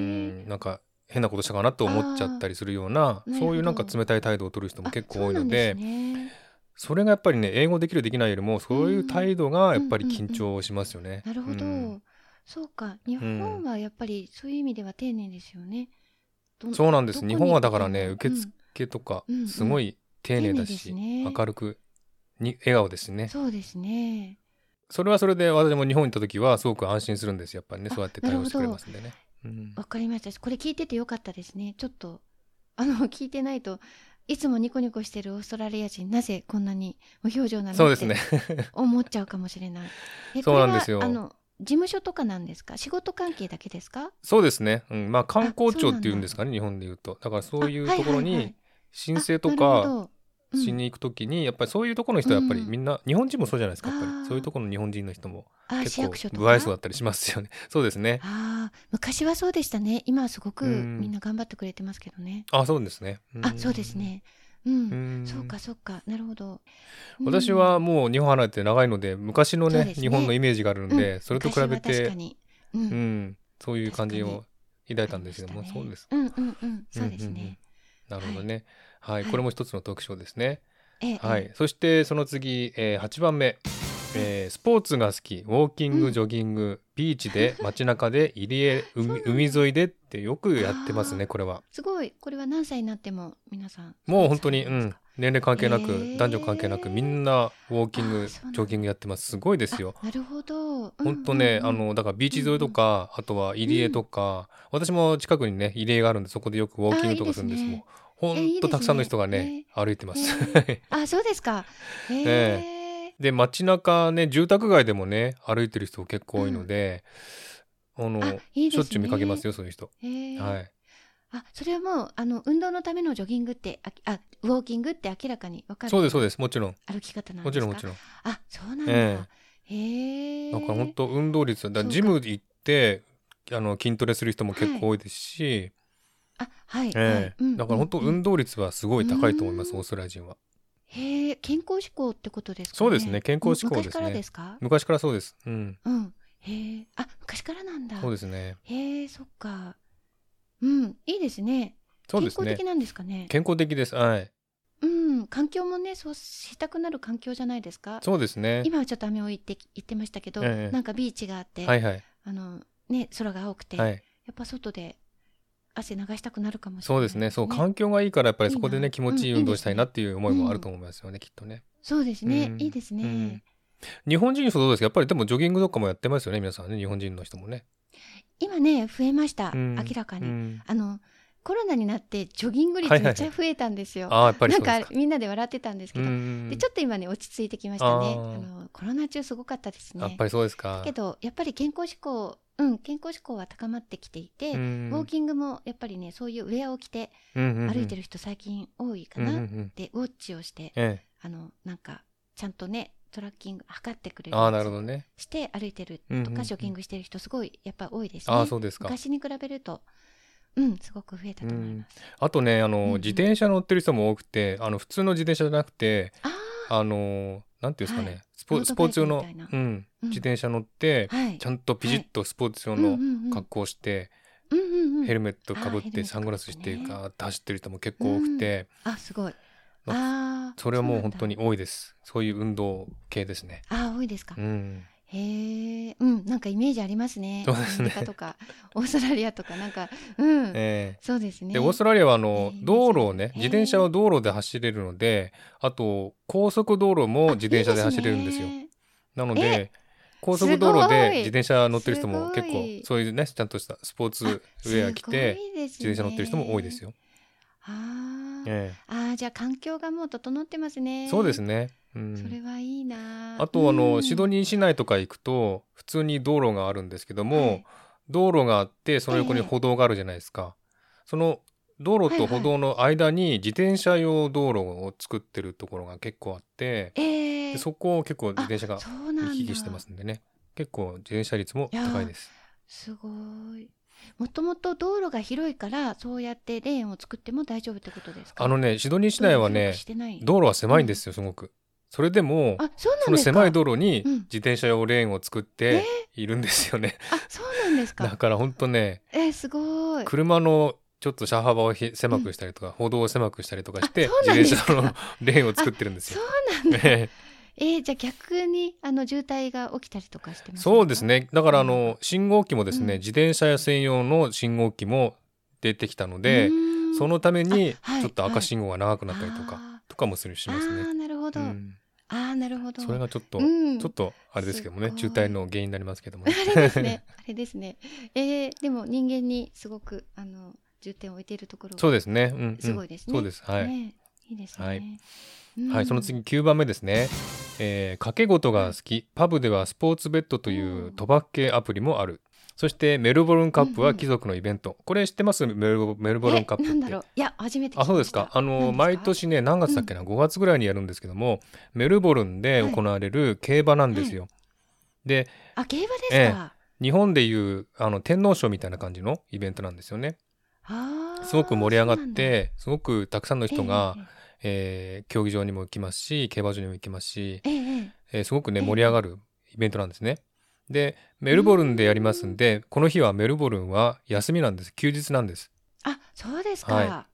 んなんか変なことしたかなと思っちゃったりするような
ーなるほど
そういうなんか冷たい態度を取る人も
あ
結構多いのでそ
そうなんですね
れがやっぱりね英語できるできないよりもそういう態度がやっぱり
うんうんうんうん
緊張しますよね。
なるほど、
うん
そうか。日本はやっぱりそういう意味では丁寧ですよね。ど
そうなんです
どこ
日
に
本はだからね
うん
受付とか
うんうん
すごい丁寧だし、
丁寧ですね
明るくに笑顔ですね
そうですね。
それはそれで私も日本に行った時はすごく安心するんですやっぱりねそうやって対応してくれますんでね。うん
わかりました。これ聞いててよかったですね。ちょっとあの聞いてないと。いつもニコニコしてるオーストラリア人なぜこんなに無表情なの
そうで
っ
す
て
ね
思っちゃうかもし れない。え
そうなんですよ
これはあの事務所とかなんですか仕事関係だけですか
そうですね、うん、まあ観光
そう
庁っ
なんだ
ていうんですかね日本でいうとだからそういうところ
あはいはいはい
に申請と
あなる
か
ほどうん
しに行くときにやっぱりそういうところの人はやっぱりみんな日本人もそうじゃないですかやっぱ
あー
りそういうところの日本人の人も
あ
結
市
構
役所とか
不愛想だったりしますよね そうですね
あー昔はそうでしたね今はすごく
うん
みんな頑張ってくれてますけどね、
あそうですね
あそうですねう、
うんん
そうかそうかなるほど、うん
私はもう日本離れて長いので昔の
そう
ね
ですね
日本のイメージがあるので、
うん
それと比べ
昔は確か
て、
にうん
うん、そういう感じ
確
を抱いたんですけども、
ありましたね
そうです
うんうんうんそうです
うんうんうん
ね、
なるほどねはい、
はい
これも一つの特徴ですね
ええ
はい、そしてその次、えー8番目、えースポーツが好きウォーキン
うん
グジョギング、ビーチで街中で入り 江
うなん
海
だ
海沿いでってよくやってますねこれは
すごいこれは何歳になっても皆さん
もう本当に、う
そうな
ん
んですか、
年齢関係なく、
えー
男女関係なくみんなウォーキン
あー
グ
そうなんだ
ジョギングやってますすごいですよ
あなるほど
本当ね、あのだからビーチ沿いとか、あとは入り江とか、私も近くにね入り江があるんでそこでよくウォーキングとかするんです
あーいいですね
もうほ
えーいい
ん
です
と
ね
たくさんの人がね、歩いてます、
あそうですかへえ
で街中ね住宅街でもね歩いてる人結構多いので、あの
あいいですね
しょっちゅう見かけますよそういう人、
へえ
はい
あそれはもうあの運動のためのジョギングってあきあウォーキングって明らかに分かる
そうですそうですもちろん
歩き方なん
も
ですか
ちろんもちろん
あそうなんだ、
え
へえ
だから本当運動率だから
そうか
ジム行ってあの筋トレする人も結構多いですし、
あはい、
ええ
はいうん
だから本当
うんうん
運動率はすごい高いと思います、
うん
オーストラリア人は
へえ健康志向ってことですかね
そうですね健康志向ですね
昔からですか
昔からそうですうん
うんへえあ昔からなんだ
そうですね
へえそっかうんいいですね
そうです
健
ね
康的なんですかね
健康的ですはい
うんうん、環境もねそうしたくなる環境じゃないですか
そうですね。
今はちょっと雨を言って言ってましたけど、
ええ
なんかビーチがあって、
はいはい。
あのね、空が青くて、
はい。
やっぱ外で汗流したくなるかもしれ
そ
な
う
い
ですね。そう、環境がいいから、やっぱりそこでね、気持ちいい運動したいなっていう思いもあると思いますよね、きっとね。
そうですね、
うん
いいですね、
うん日本人の人どうですかやっぱりでもジョギングとかもやってますよね、皆さんね、日本人の人もね。
今ね増えました、
うん
明らかに、
うん
あのコロナになってジョギング率
はいはいは
めっ
い
ちゃ増えたんですよ、
ああ、やっぱりそうです
なん
か
か。みんなで笑ってたんですけど、
うん
でちょっと今ね落ち着いてきましたね
あ
あ
ー
のコロナ中すごかったです
やっ
ね
ぱりそうですか。
けどやっぱり健康志向うん健康志向は高まってきていて、ウォーキングもやっぱりねそういうウェアを着て歩
歩
いてる人最近多いかな、
うんうんうん
でウォッチをして
え
あのなんかちゃんとねトラッキング測ってくれ
え、
る
ああ、なるほどね。
して歩いてる
うんう
と
んう
か
ん
ジョギングしてる人すごいやっぱ多いですね
ああ、そうですか。
昔に比べるとうんすごく増えたと思います、
あとね、あ
うん
の
うん、
自転車乗ってる人も多くて、あの、普通の自転車じゃなくて、
あ
あの、なんていうんですか
はい
ね、スポ
ロー
ス
ド
ポ
バ
ー
イ
ツ用
クみ
の
たいな、
うん、
うん
自転車乗って
あ、はい
ちゃんとピジッとスポーツ用
う
の
んうんうん
格好をして、
うんうんうん
ヘルメットかぶっ
あーヘルメッ
て、
ト
サングラスして
かぶってね
ガーッと走ってる人も結構多くて、
あすごい
ま
あー
それはもう本当
そ
に多いです。そういう運動系ですね。
うなんだあー多いですか、
うん。
へえうんなんかイメージありますね
そうですね
アメリカ とかオーストラリアとかなんかうん、
ええ
そうですね
でオーストラリアはあの
えー
道路をね
えー
自転車は道路で走れるのであと高速道路も自転車で走れるんですよ
あいいね
なので高速道路
すごい
で自転車乗ってる人も結
すご
構
い
そういうねちゃんとしたスポーツウェア着
す
て
ごいで
自
すね
転車乗ってる人も多いですよ、
あー
え
あーじゃあ環境がもう整ってます
え
ね
そうですね、うん
それはいいな
あとあのシド
に
ニー市内とか行くと普通に道路があるんですけども、道路があってその横に歩道があるじゃないですか、その道路と歩道の間に自転車用道路を作ってるところが結構あって、
ええ
でそこを結構自転車が
そうなんだ
行き来してますんでね結構自転車率も高いです
すごいもともと道路が広いからそうやってレーンを作っても大丈夫ってことですか
あのねシドニー市内はね道路は狭いんですよすごくそれでも
あそうなんですか
その狭い道路に
うん
自転車用レーンを作っているんですよね、
あそうなんです
だ
か
からほんとね
えー、すごい
車のちょっと車幅をひ狭くしたりとか、歩道を狭くしたりとかして
あそうなん
自
で
転
す
車
か
のレーンを作ってるんです
そ
よ。
うなんだ
え
えー、じゃあ逆にあの渋滞が起きたりとかして
え
ます
そうですねだからあ
う
の信号機もですね、
うん
自転車専用の信号機も出てきたので、そのために
あはい
ちょっと赤信号が長くなったりとか、
か
とかもするします
あ
ね。
ーなるほ
う
ど、
ん、
あーなるほど
それがちょっと、
うん
ちょっとあれですけどもね
すごい
渋滞の原因になりますけどもね。
あれですね。あれですね。えー、でも人間にすごくあの重点を置いているところ
そう
で
ですね。うん、うん
すごいですね
そうです。はい。
ね。いいですね。
はい
うん
はい、その次9番目ですね。えー掛け事が好き、パブではスポーツベッドという賭博系アプリもある。そしてメルボルンカップは貴族のイベント。これ知ってますメルボメルボルンカップ
え
っ
なんだ
て
ろ。う。いや初めて聞きま
あ、
した。
そうですか。あ
何です
の、
か
毎。年ね、何月だっけな、5月ぐらいにやるんですけども、メルボルンで行われる競馬なんですよ。で、
あ競馬ですか。
ええ日本でいうあの天皇賞みたいな感じのイベントなんですよね。
あー
すごく盛り上がっ
そう
て、すごくたくさんの人
な
が
んだ、
えー競技場にも行きますし、競馬場にも行きますし、
ええええええ
えーすごくね
ええ
盛り上がるイベントなんですね。でメルボルンでやりますんでこの日はメルボルンは休みなんです休日なんです。
あそうですか。
は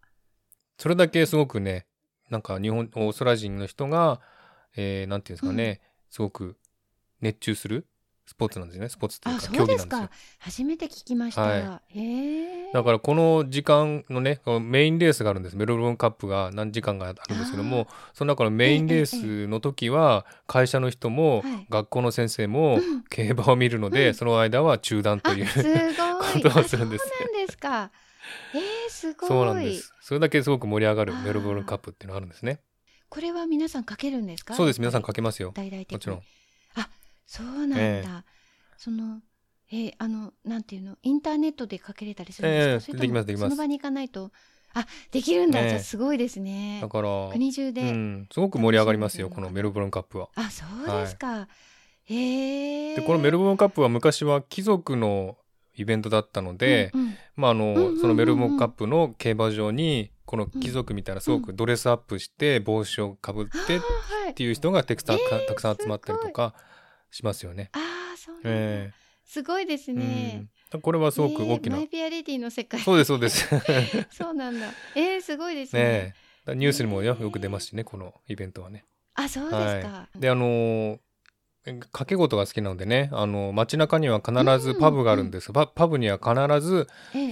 それだけすごくねなんか日本オーストラリア人の人が、えーなんていうんですかね、すごく熱中するスポーツなんですねスポーツという
あ
か
そ
競
う
技
で
な
す
んですよ
か。。初めて聞きました。
は
へえ。
だからこの時間のねこのメインレースがあるんですメルボルンカップが何時間があるんですけどもその中のメインレースの時は会社の人も
はい
学校の先生も
うん
競馬を見るので、
うん
その間は中断と
あ
いう
すごい。
ことをするんです
あそうなんですか。ええすご い。
そうなんです。それだけすごく盛り上がる
あー
メルボルンカップっていうのがあるんですね。
これは皆さん書けるんですか。
そうです。皆さん
やっぱり
かけますよ。
大々的に
もちろん。
そうなんだ、
ええ
そのえーあのなんていうのインターネットでかけれたりするんですか、
ええ
それとも
できますできます
その場に行かないとあできるんだ、
ええ
じゃあすごいですね
だから、う
国中で、
ん、すごく盛り上がりますよ、
楽し
こ
みに
のメルボルンカップは。
あそうですか、へえ
で、このメルボルンカップは昔は貴族のイベントだったので、
うんうん
まあ、あ
うんうんうんう
の、
ん
そのメルボルンカップの競馬場に、この貴族みたいなすごくドレスアップして、帽子をかぶっ
あ
てっ
ーはい
ていう人がたくさん
えー
たくさん集まったりとかしますよね。
あーそうなんだ、
え
すごいです
え
ね、
うん。これはすごく大き
ええ
な
マイ。ピアレディの世界
そうです、そうです。ね
そうなんだえー、すごいですね
え。だニュースにもよよく出ますしねこのイベントはね。
あそうですか、
はい、であのー掛け事が好きなのでねあの街中には必ずパブがあるんですが、パパブには必ず、
ええ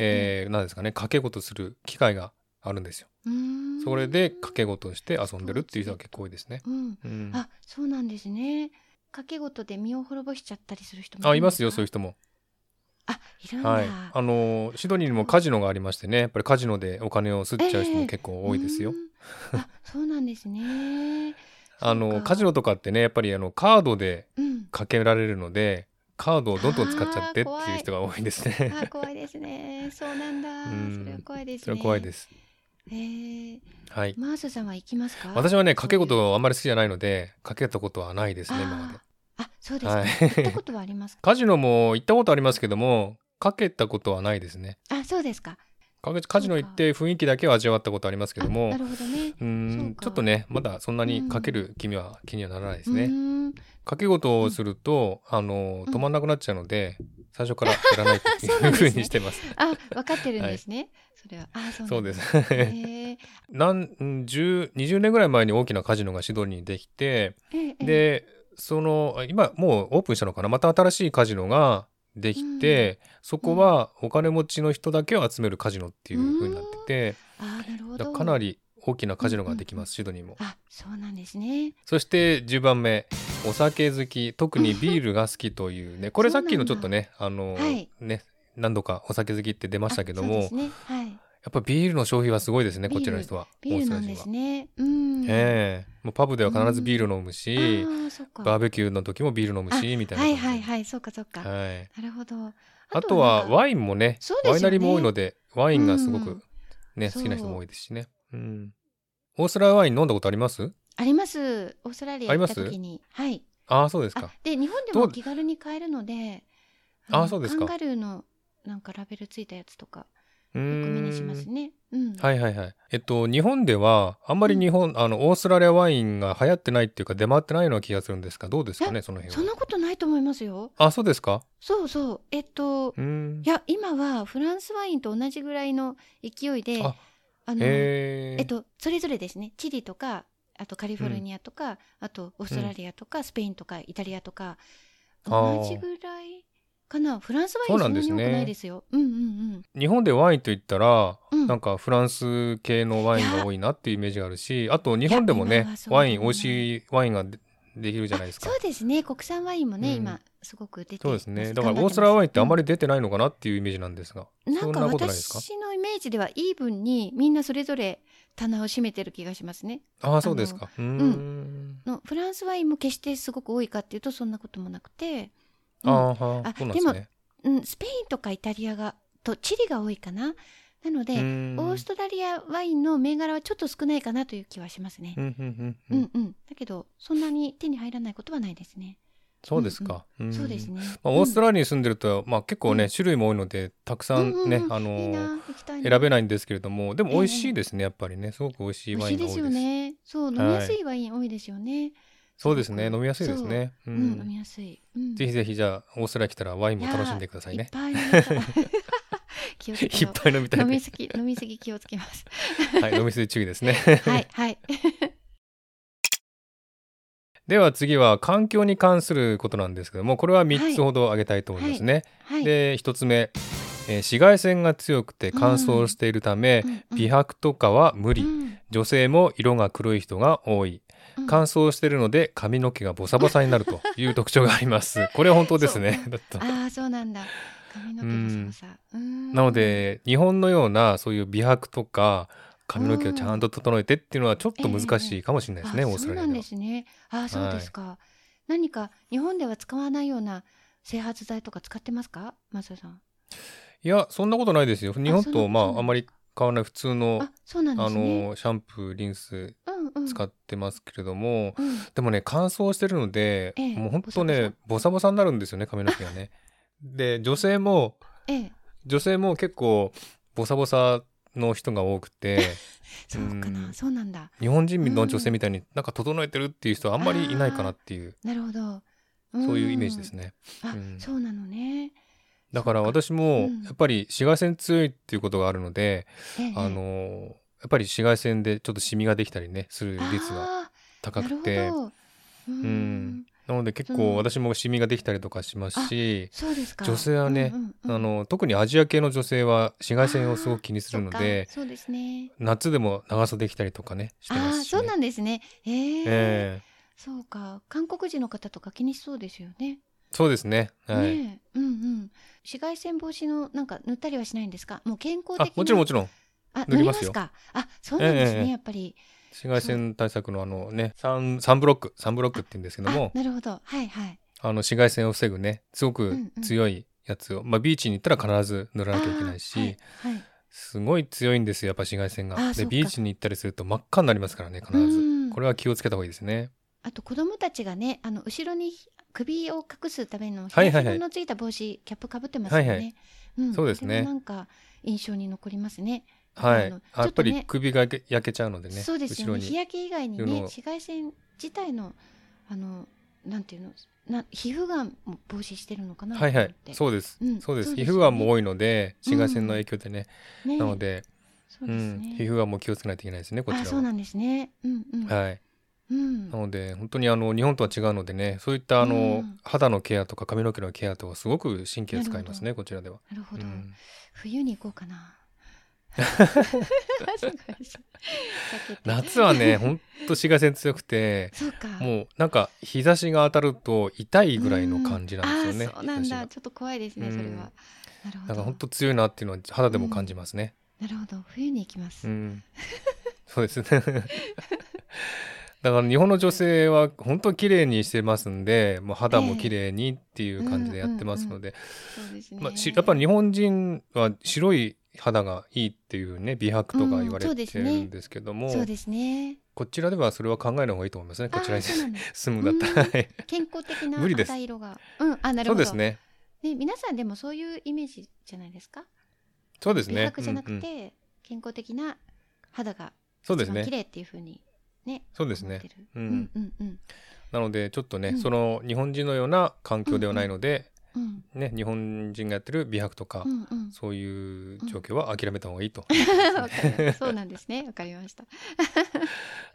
えーなんですかね掛け事する機会があるんですよ。
うーん
それで掛け事をして遊んでるっていう人が結構多いですね。
うん、
うん、
あそうなんですね掛け事で身を滅ぼしちゃったりする人も
あいますよそういう
う
人も。
あいるんだ、
はい、あのシドニーにもカジノがありましてねやっぱりカジノでお金を吸っちゃう人
ええ
も結構多いですよ
う。ーんあそうなんですね
あ
そう
の
か
カジノとかってねやっぱりあのカードで
うん
かけられるのでカードをどんどん使っちゃってっていう人が多いですね。
あ怖いですねそうなんだ
うん
それは怖いですね
それは怖いですす。
えー、
はい。
マースさんは行きますか
私はね
そう
掛
い
け
う
事あんまり好きじゃないので掛けたことはないですね今まで
あ。ーあそうですか、
はい
行ったことはありま すか
カジノも行ったことありますけどもかけたことはないですね。
あそうですか
かけカジノ行って雰囲気だけは味わったことありますけど
あな
も。
るほどね
う
そう
ーん
か
ちょっとねまだそんなにかける気には気にはならないですね。
うーん
掛け事をすると、あの
うん
止まんなくなっちゃうので、最初からやらないとい
そうなん
うふ
ですね
うにしてます。
あ分かってるんですね、それはあそうなん
そうですす。
えー、
なん10 20年ぐらい前に大きなカジノがシドニーにできて、
えーえー
でそのあ今もうオープンしたのかなまた新しいカジノができて、そこはお金持ちの人だけを集めるカジノっていうふうになってて、
あなるほ
だか
ど
らかなり大きなカジノができます、シドニーも。
あそうなんですね
そして10番目お酒好き特にビールが好きというねこれさっきのちょっとねあの、
はい
ね何度かお酒好きって出ましたけども、
あ
や
そうですねはい
っぱビールの消費はすごいですね
ビール
こちらの人は
ビールなん
オー
で
スト
す
ラリ
ねうん
ア人はええもうパブでは必ずビール飲む
あ
し、
ーそっか
バーベキューの時もビール飲むしみたいな感
はい
じで
はいはいそうかそうか、
はい
なるほど
あとは
なんか
ワインもね
そうですよね
ワイナリーも多いのでワインがすご
う
く
ん、
ね
そう
好きな人も多いですしね、うん、オーストラリアワイン飲んだことあります
ありますオーストラリア
あり
行っ
ま
た
す
時にはい
ああそうです
あ
か
で日本で
ど
も
う
気軽に買えるので
あ
の
そうですか
カンガルーのなんかラベルついたやつとか
う
よく
ーん
目にしますねうん
はいはいはい。えっと、日本では、あんまり日本、あの、オーストラリアワインが流行ってないっていうか、出回ってないような気がするんですが、どうですかね、その辺
そ
は。
んなことないと思いますよ
あ、そうですか
そうそうえっと
うーん
い。や今はフランスワインと同じぐらいの勢いで
あ
あの
へ
えっ
え。
と、それぞれですねチリとかあとカリフォルニアとか、あとオーストラリアとか、スペインとかイタリアとか
あー
同じぐらいかなフランスワイン
そ
そう
なんんで
なに
す
多く
ね
ないですよ。うんうん
日本でワインと言ったら、
うん
なんかフランス系のワインが多いなっていうイメージがあるし、あと日本でも
いや今
ね
は、そう
ワイン、
でも
美
ない
味しいワインがでできるじゃない
あ
ですか
そ。うですね国産ワインも
う
ね、
ん
今すごく出て
そうですね。だから
頑
オ
張
ーストラリアワインってあんま
り
り出てないのかなっていうイメージなんですが、
な
そ
ん
ん
か
なことないですか
私のイメージではイーブンにみんなそれぞれ棚を占めてる気がしますね。
ああ、そうですか。うーん。
のフランスワインも決してすごく多いかっていうとそんなこともなくて、う
あ
ん
あ、はあ
あ
そうなんですね。
うん、スペインとかイタリアがとチリが多いかななので、
うーん
オーストラリアワインの銘柄はちょっと少ないかなという気はしますね
う。んうんう
うん
うんん、
うん、だけどそんなに手に入らないことはないですね。
そうですか。ん
そうですね。
まあ、オースト
ラ
ラリアに住んでると、まあ、結構ね、
うん
種類も多いのでたくさんね、あの
いいな行きたいな
選べないんですけれどもでも
ええ
美味しいですね、やっぱりねすごく美味しい
美味
ワ
し
イ
い
ンが多
で
いですす
よね。そう飲みやすいワイン多いですよね。
そうですね
すごく
飲みやすいですねう、
うんん、飲みやすい。うん、
ぜひぜひじゃあオーストラリア来たらワインも
いやー
楽しんでください
いっ
ね
ぱい飲みたい気をつけ
いっ
よ
ぱい飲み
う。
たい
飲み
ね
すぎ飲みすぎ気をつけ ます。
はい飲みすぎ注意ですね
はいはい。
では次は環境に関することなんですけどもこれは3つほど挙げたいと思いますね、
はい。
で1つ目、えー紫外線が強くて乾燥しているため、
うんうん
美白とかは無理、
うん
女性も色が黒い人が多い
うん
乾燥しているので髪の毛がボサボサになるという特徴があり ます。これは本当ですね。だと
ああそうなんだ。髪の毛がささ。うん
なので日本のようなそういう美白とか髪の毛をちゃんと整えてっていうのはちょっと難しいかもしれないですね、
あ
オーストラリ
そ
ア
う
で
なんで
は。
すね。あ、そうですか。何か日本では使わないような整髪剤とか使ってますか、マサさん。
いやそんなことないですよ。日本
そんなこと
と
ない
まああんまり変わらない普通の
あ、そうなんで
あ
すね。
のシャンプーリンス
うんうん。
使ってますけれども、
うん
でもね乾燥してるので、
ええ
もう本当ねボサボサになるんですよね髪の毛が ね。で女性も
ええ、
女性も結構ボサボサの人が多く て
そうかな、
うん
そうなんだ。
日本人の女性みたいになんか整えてるっていう人はあんまりいないかなっていう
なるほど。
そういうイメージです
ね。
ね
あ、
うん
そうなのね。
だから
そうか
私も
うん
やっぱり紫外線強いっていうことがあるので、
ええ
あのやっぱり紫外線でちょっとシミができたりねする率が
あー
高
なる
く
ほ
て
どう
うんんなので結
うん
構私もシミができたりとかしますし、
そうですか
女性はね
うんうんうん
あの特にアジア系の女性は紫外線をすごく気にす
そ
る
っ
の
か
で
そうですね
夏でも長袖着たりとかねして
あ
ま
あ
す
ー
し、ね、
そうなんですねえー
ええ
そうか韓国人の方とか気にしそうですよね
そうですねはい、
ねえうんうん紫外線防止のなんか塗ったりはしないんですかもう健康
あ
的な
もちろんもちろん
あ塗
塗
り
り
ま
ますすよ
かあそうなんですね、
ええ
やっぱり
紫外線対策のあのね三三ブロック三ブロックって言うんですけど
あ
も
なるほどはいはい
あの紫外線を防ぐねすご
う
く
んうん
強いやつを、まあビーチに行ったら必ず塗らなきゃいけないし、
あーはいはい
すごい強いんですよやっぱ紫外線
あ
が
ーそう
で
か
ビーチに行ったりすると真っ赤になりますからね必ず
うん
これは気をつけた方がいいですね
あと子供たちがねあの後ろにひ首を隠すための
はい
日
はいはい
のついた帽子キャップかぶってますよね、
はいはい
ん
そうですね
あれもなんか印象に残りますね
はい、
あの
あやっ
ちょっと
ぱ
ね
り首が焼け焼けちゃうのでね
そうです
後
よ
ろ
ね日
に
焼け以外に
後
ね
ろの
紫外線自体のあのなんていうのな皮膚がんも防止してるのかな
はいはい
と思って
そうです、
うん
そうです
そう
皮
ですよね
膚がんも多いので紫外線の影響でね、
ね
なので、
そ
う
うです
ん
ね、
皮膚がんも気をつけないといけないですねこち
あ
ら
そう
は
なんですねうんうん、
はい
うん
なので本当にあの日本とは違うのでねそういったあの、
うん
肌のケアとか髪の毛のケアとかすごく神経使います
な
ねこちらでは、
なるほ
う
ど、
ん
冬に行こうか なそうか避けて
夏はねほんと紫外線強く て
そうかう
もうなんか日差しが当たると痛いぐらいの感じなんですよね、
あーそうなん
日差し
だ
が
ちょっと怖いですね
うん
それは、なる
だ
ほど
から本当強いなっていうのは肌でも感じますね。
なるほど冬に行きます、
うん、 そうですね。だから日本の女性は本当綺麗にしてますんで、もう肌も綺麗にっていう感じでやってますので、
そうですね、
まあしやっぱり日本人は白い肌がいいっていうね美白とか言われ
うんそうで
て
す
る
ね
んですけども、
そうですね
こちらではそれは考える方がいいと思いますね。こちら
あー
に
そうなんだ
住むんだったら、はい
健康的な
無理です
肌色がうんあなる
そ
ほ
う
ど
ですね。
ね皆さんでもそういうイメージじゃないですか
そうですね。
美白じゃなく
うんうん
て、健康的な肌が
そうで
一
す
番
ね
綺。麗っていう風にね
そうですね
思ってる
う
うんん。うんうん
なのでちょっとね、
うん
その日本人のような環境ではないので、
うん
ね、日本人がやってる美白とか、
うんうん
そういう状況は諦めた方がいいと、
わかります そうなんですね。わかりました。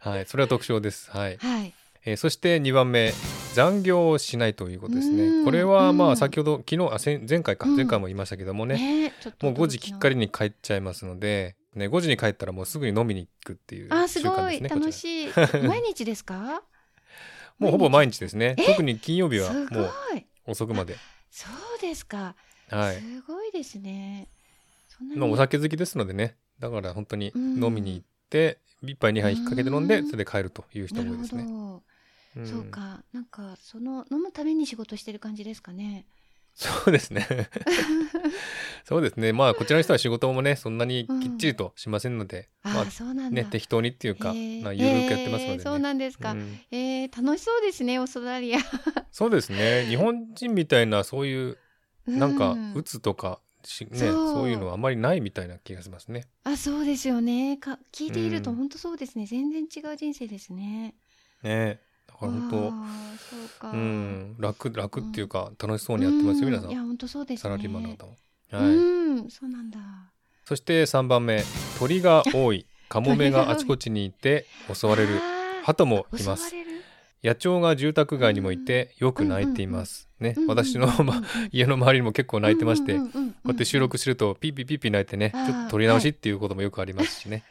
はい、それは特徴です、はい
はい。
えーそして2番目残業をしないということです
う
ね
ん
これはま
う
あ
ん
先ほど昨日あ先前回か
うん
前回も言いましたけどもね、
ね、ちょっと
もう5時きっか
り。
りに帰っちゃいますので、ね、5時に帰ったらもうすぐに飲みに行くっていう
あー、す
習
ご
慣で
い
すね
楽
い
しい。毎日で すか？
もうほぼ毎日ですね特に金曜日は
すご
もう
い。
遅くまで
そうですか。
はい
すごいですね。そんなに
まあ、お酒好きですのでねだから本当に
うん
飲みに行って一杯二杯引っ掛けて飲んで
うん
それで帰るという人
な
も多
る
い
ほ
ですね。
ど。
うん
そうか。なんかその飲むために仕事してる感じですかね。
そうです ね。そうですね。まあこちらの人は仕事もねそんなにきっちりとしませんので、ま
あー、
あ
そうなんだ。
ね適当にっていうか、
へー
まあゆるくやってますの
へ
で
ー
ね。
そうなんですか
う。ん
えー、楽しそうですね、オーストラリア。
そうですね。日本人みたいなそういうなんか
う
鬱とかし、ね
そう
そういうのはあまりないみたいな気がしますね。
あ、そうですよね。か聞いていると
うん
本当そうですね。全然違う人生ですね。
ねだから本
わ
当
あそうか。
うん楽楽っていうか楽しそうにやってますよ皆さ
うい
ん
や本当そうですね。
サラリーマンの方も。
う
はい。
ん、そうなんだ。
そして3番目鳥が多 いカモメがあちこちにいて襲われる
あー
鳩もい
襲
ま
わ
す
れる。
野鳥が住宅街にもいてよく鳴いていますね私のまあ家の周りにも結構鳴いてましてこうやって収録
し
するとピーピーピーピー鳴いてねち
あ
ょ
ー
っと撮り直しっていうこともよくありますしね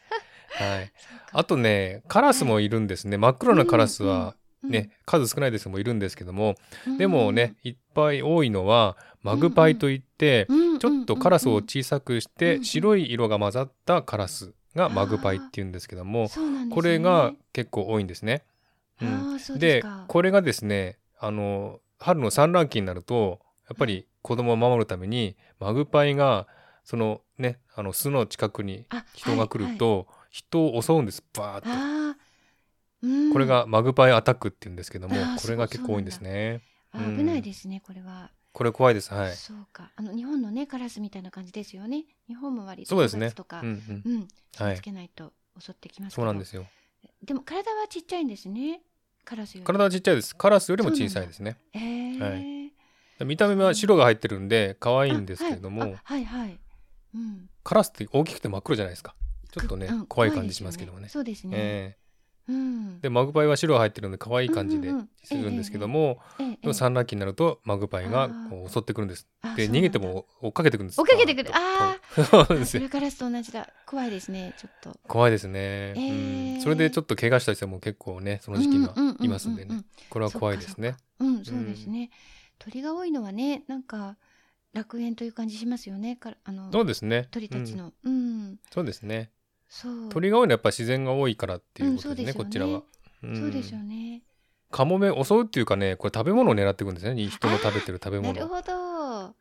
はいあ
と
とねカラスもいるんですね真っ黒なカラスはね数少ないですけどもいるんですけどもでもね、いっぱい多いのはマグパイといってちょっとカラスを小さくし
うんう
て
ん
白い色が混ざったカラスがマグパイっていうんですけどもこ
こ
れが結構多いんですね。うん、でこれがですねあの春の産卵期になるとやっぱり子供を守るためにマグパイがそのねあの巣の近くに人が来ると人を襲うんですバーッと。
あ
これがマグパイアタックって言うんですけども
あー
これが結構多いんですね。うん
危ないですねこれは。
これ怖いですはい。
そうか。あの日本のねカラスみたいな感じですよね。日本も割と
そうですね
カラスとか
うんうん
う、ん、気
は
を
い
つけないと襲ってきますけ
そ
ど、
うなんですよ。
でも体はちっちゃいんですねカラスより
体はちっちゃいです。カラスよりも小さいですね。
えー
は見た目は白が入ってるんで可愛いんですけれども、
あはいあはいはい、うん、
カラスって大きくて真っ黒じゃないですか。ちょっとね、
うん
怖い
怖い
感
で
じ
す
し
よ
ますけどもね。
そうですね。
え
うん
え。でマグパイは白が入ってるので可愛い感じで
うんうんうん
するんですけども、
ええええ
でもサンラッキーになるとマグパイ
あ
が
ー
こう襲ってくるんです。
あ
で
そうなんだ
逃げても追っかけてくるんです。
追っかけてくる。あ
あーっと。そう
あ
で
ー、
す
そ
よ
れからと同じだ。怖いですね、ちょっと。
怖いですね、
ええ
うん。それでちょっと怪我した人も結構ねその時期には
うんうんううう
いますんでね。。これは怖いですね。
うん、そうですね。鳥が多いのはね、なんか楽園という感じしますよね。からあの
そうですね。
鳥たち
うん
の、うん、
そうですね。
そう。
鳥が多いのはやっぱ自然が多いからっていうことで
うん
ね、
そう
こ
です
ち
よ
ら
ね
は。ん
そうですよね。
カモメ襲うっていうかね、これ食べ物を狙っていくんですね。人の食べてる食べ
なる
物。
ほど。あ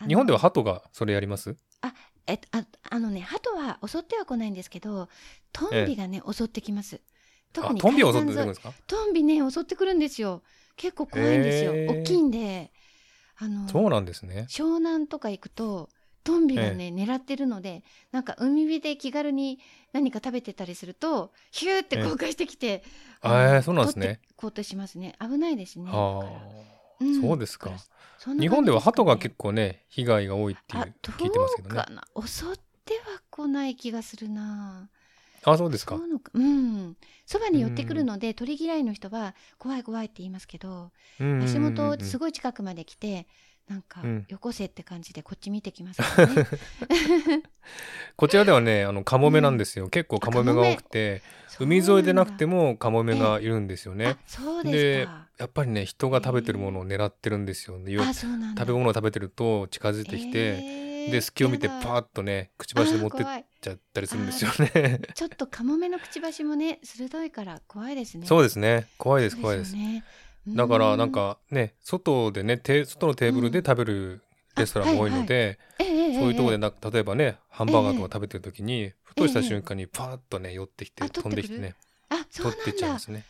の
日本では鳩がそれやります。
えっと、ああのね、鳩は襲っては来ないんですけど、トンビがね、襲ってきます。特
あ、
に
トンビを襲ってく
海
る
岸沿
んで
い
すか。
トンビね、襲ってくるんですよ。結構怖いんですよ。
へー
大きいんで。あの、
そうなんですね。
湘南とか行くと、トンビがね、狙ってるので、なんか海辺で気軽に何か食べてたりすると、ヒューって公開してきて、
あ
の
ーそうなんですね。
取ってこうとしますね。危ないですね。だ
あ
から
あ、
ん
そうですか
だらそんな感じ
日本では鳩が
ですかね
結構ね、被害が多いってい
あ
う聞いてますけど
ど
ね
う。かな襲っては来ない気がするな
あ、そうですか
そう。のかうんそばに寄ってくるので鳥嫌いの人は怖い怖いって言いますけど足
足
元す
ごい。
ごい近くまで来てなんか
うん
よこせって感じでこっち見てきますからね
こちらではね、あのカモメなんですよ。結構カモメが多くて、海沿いでなくて
も
もカモメがいるんですよね。
そうですか
やっぱりね、人が食べてるものを狙ってるんですよ。よ
あそうなんだ
食べ物を食べてると近づいてきて、で隙を見てパー
ッ
ッとね、くちばしで持ってっちゃったりするんですよね。
ちょっとカモメのくちばしもね鋭いから怖いです ね
そううですね。怖い
で
です、怖いです。
ね
だからなん
う
かね、外でね、て外のテーブルで食べるレストランも多いので、
ええええ
そういうところ
え
で
え
な例えばねハンバーガーとか食べてる時に、ふとした瞬間にパーッとね寄ってきて、
あ
飛
取
んで
っ
き
てくる
てね
あそう
取
な
ってっ
ん
ちゃうん
だ
ですね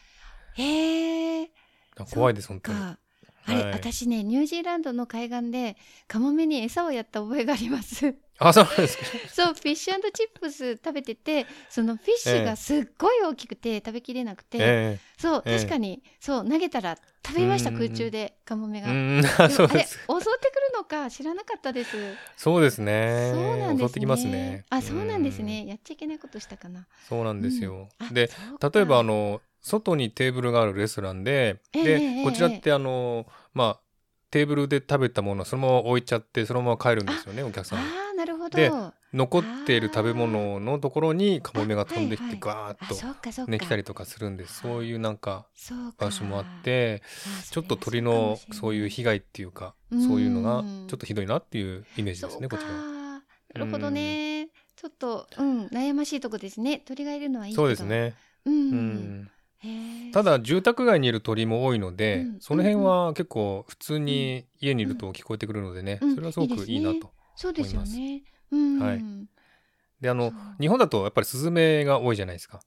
へえ
だから怖いです本当に
かあれ、
はい
私ねニュージーランドの海岸でカモメに餌をやった覚えがあります
あそうなんですか
そうフィッシュチップス食べててそのフィッシュがすっごい大きくて食べきれなくて、
え
そう
ええ
確かに、そう投げたら食べました
うんうんうん
空中でカモメ
え
が。
うーんあ
で
そ
も
う
あれ
で
襲って
す
くるのか知らなかったです。
そうですね
そうなんですね。
襲ってきますね
あ、そうなんです
う
ね。やっちゃいけないことしたかな。
そうなんですよ、
あ
で
そうか
例えばあの外にテーブルがあるレストランで、
ええ
で、
ええ
こちらってあのまあテーブルで食べたものをそのまま置いちゃってそのまま帰るんですよねお客さん
あーなるほど。
で
あ
残っている食べ物のところにカモメが飛んでき
あは
て
い
ガーッと
そうかそうか。
ね、来たりとかするんでそういうなんか
そうか
場所もあって
あ
ちょっと鳥のそういう被害っていうかそういうのがちょっとひどいなっていうイメージ
そ
です
れはそう
ね
か
こ
も
ち
し
ら
れない
は。
そうかなるほどね、ちょっと、うん、悩ましいとこですね鳥がいるのはいいけど
そうです、ね、
うん
うん、
へー
ただ住宅街にいる鳥も多いので、
うん
その辺は結構普通に家にいると聞こえてくるのでね、
うん
それはすごくいいなと。
いい
で
でそうですよねうん、
はいあ
そう
の日本だとやっぱりスズメが多いじゃないですか、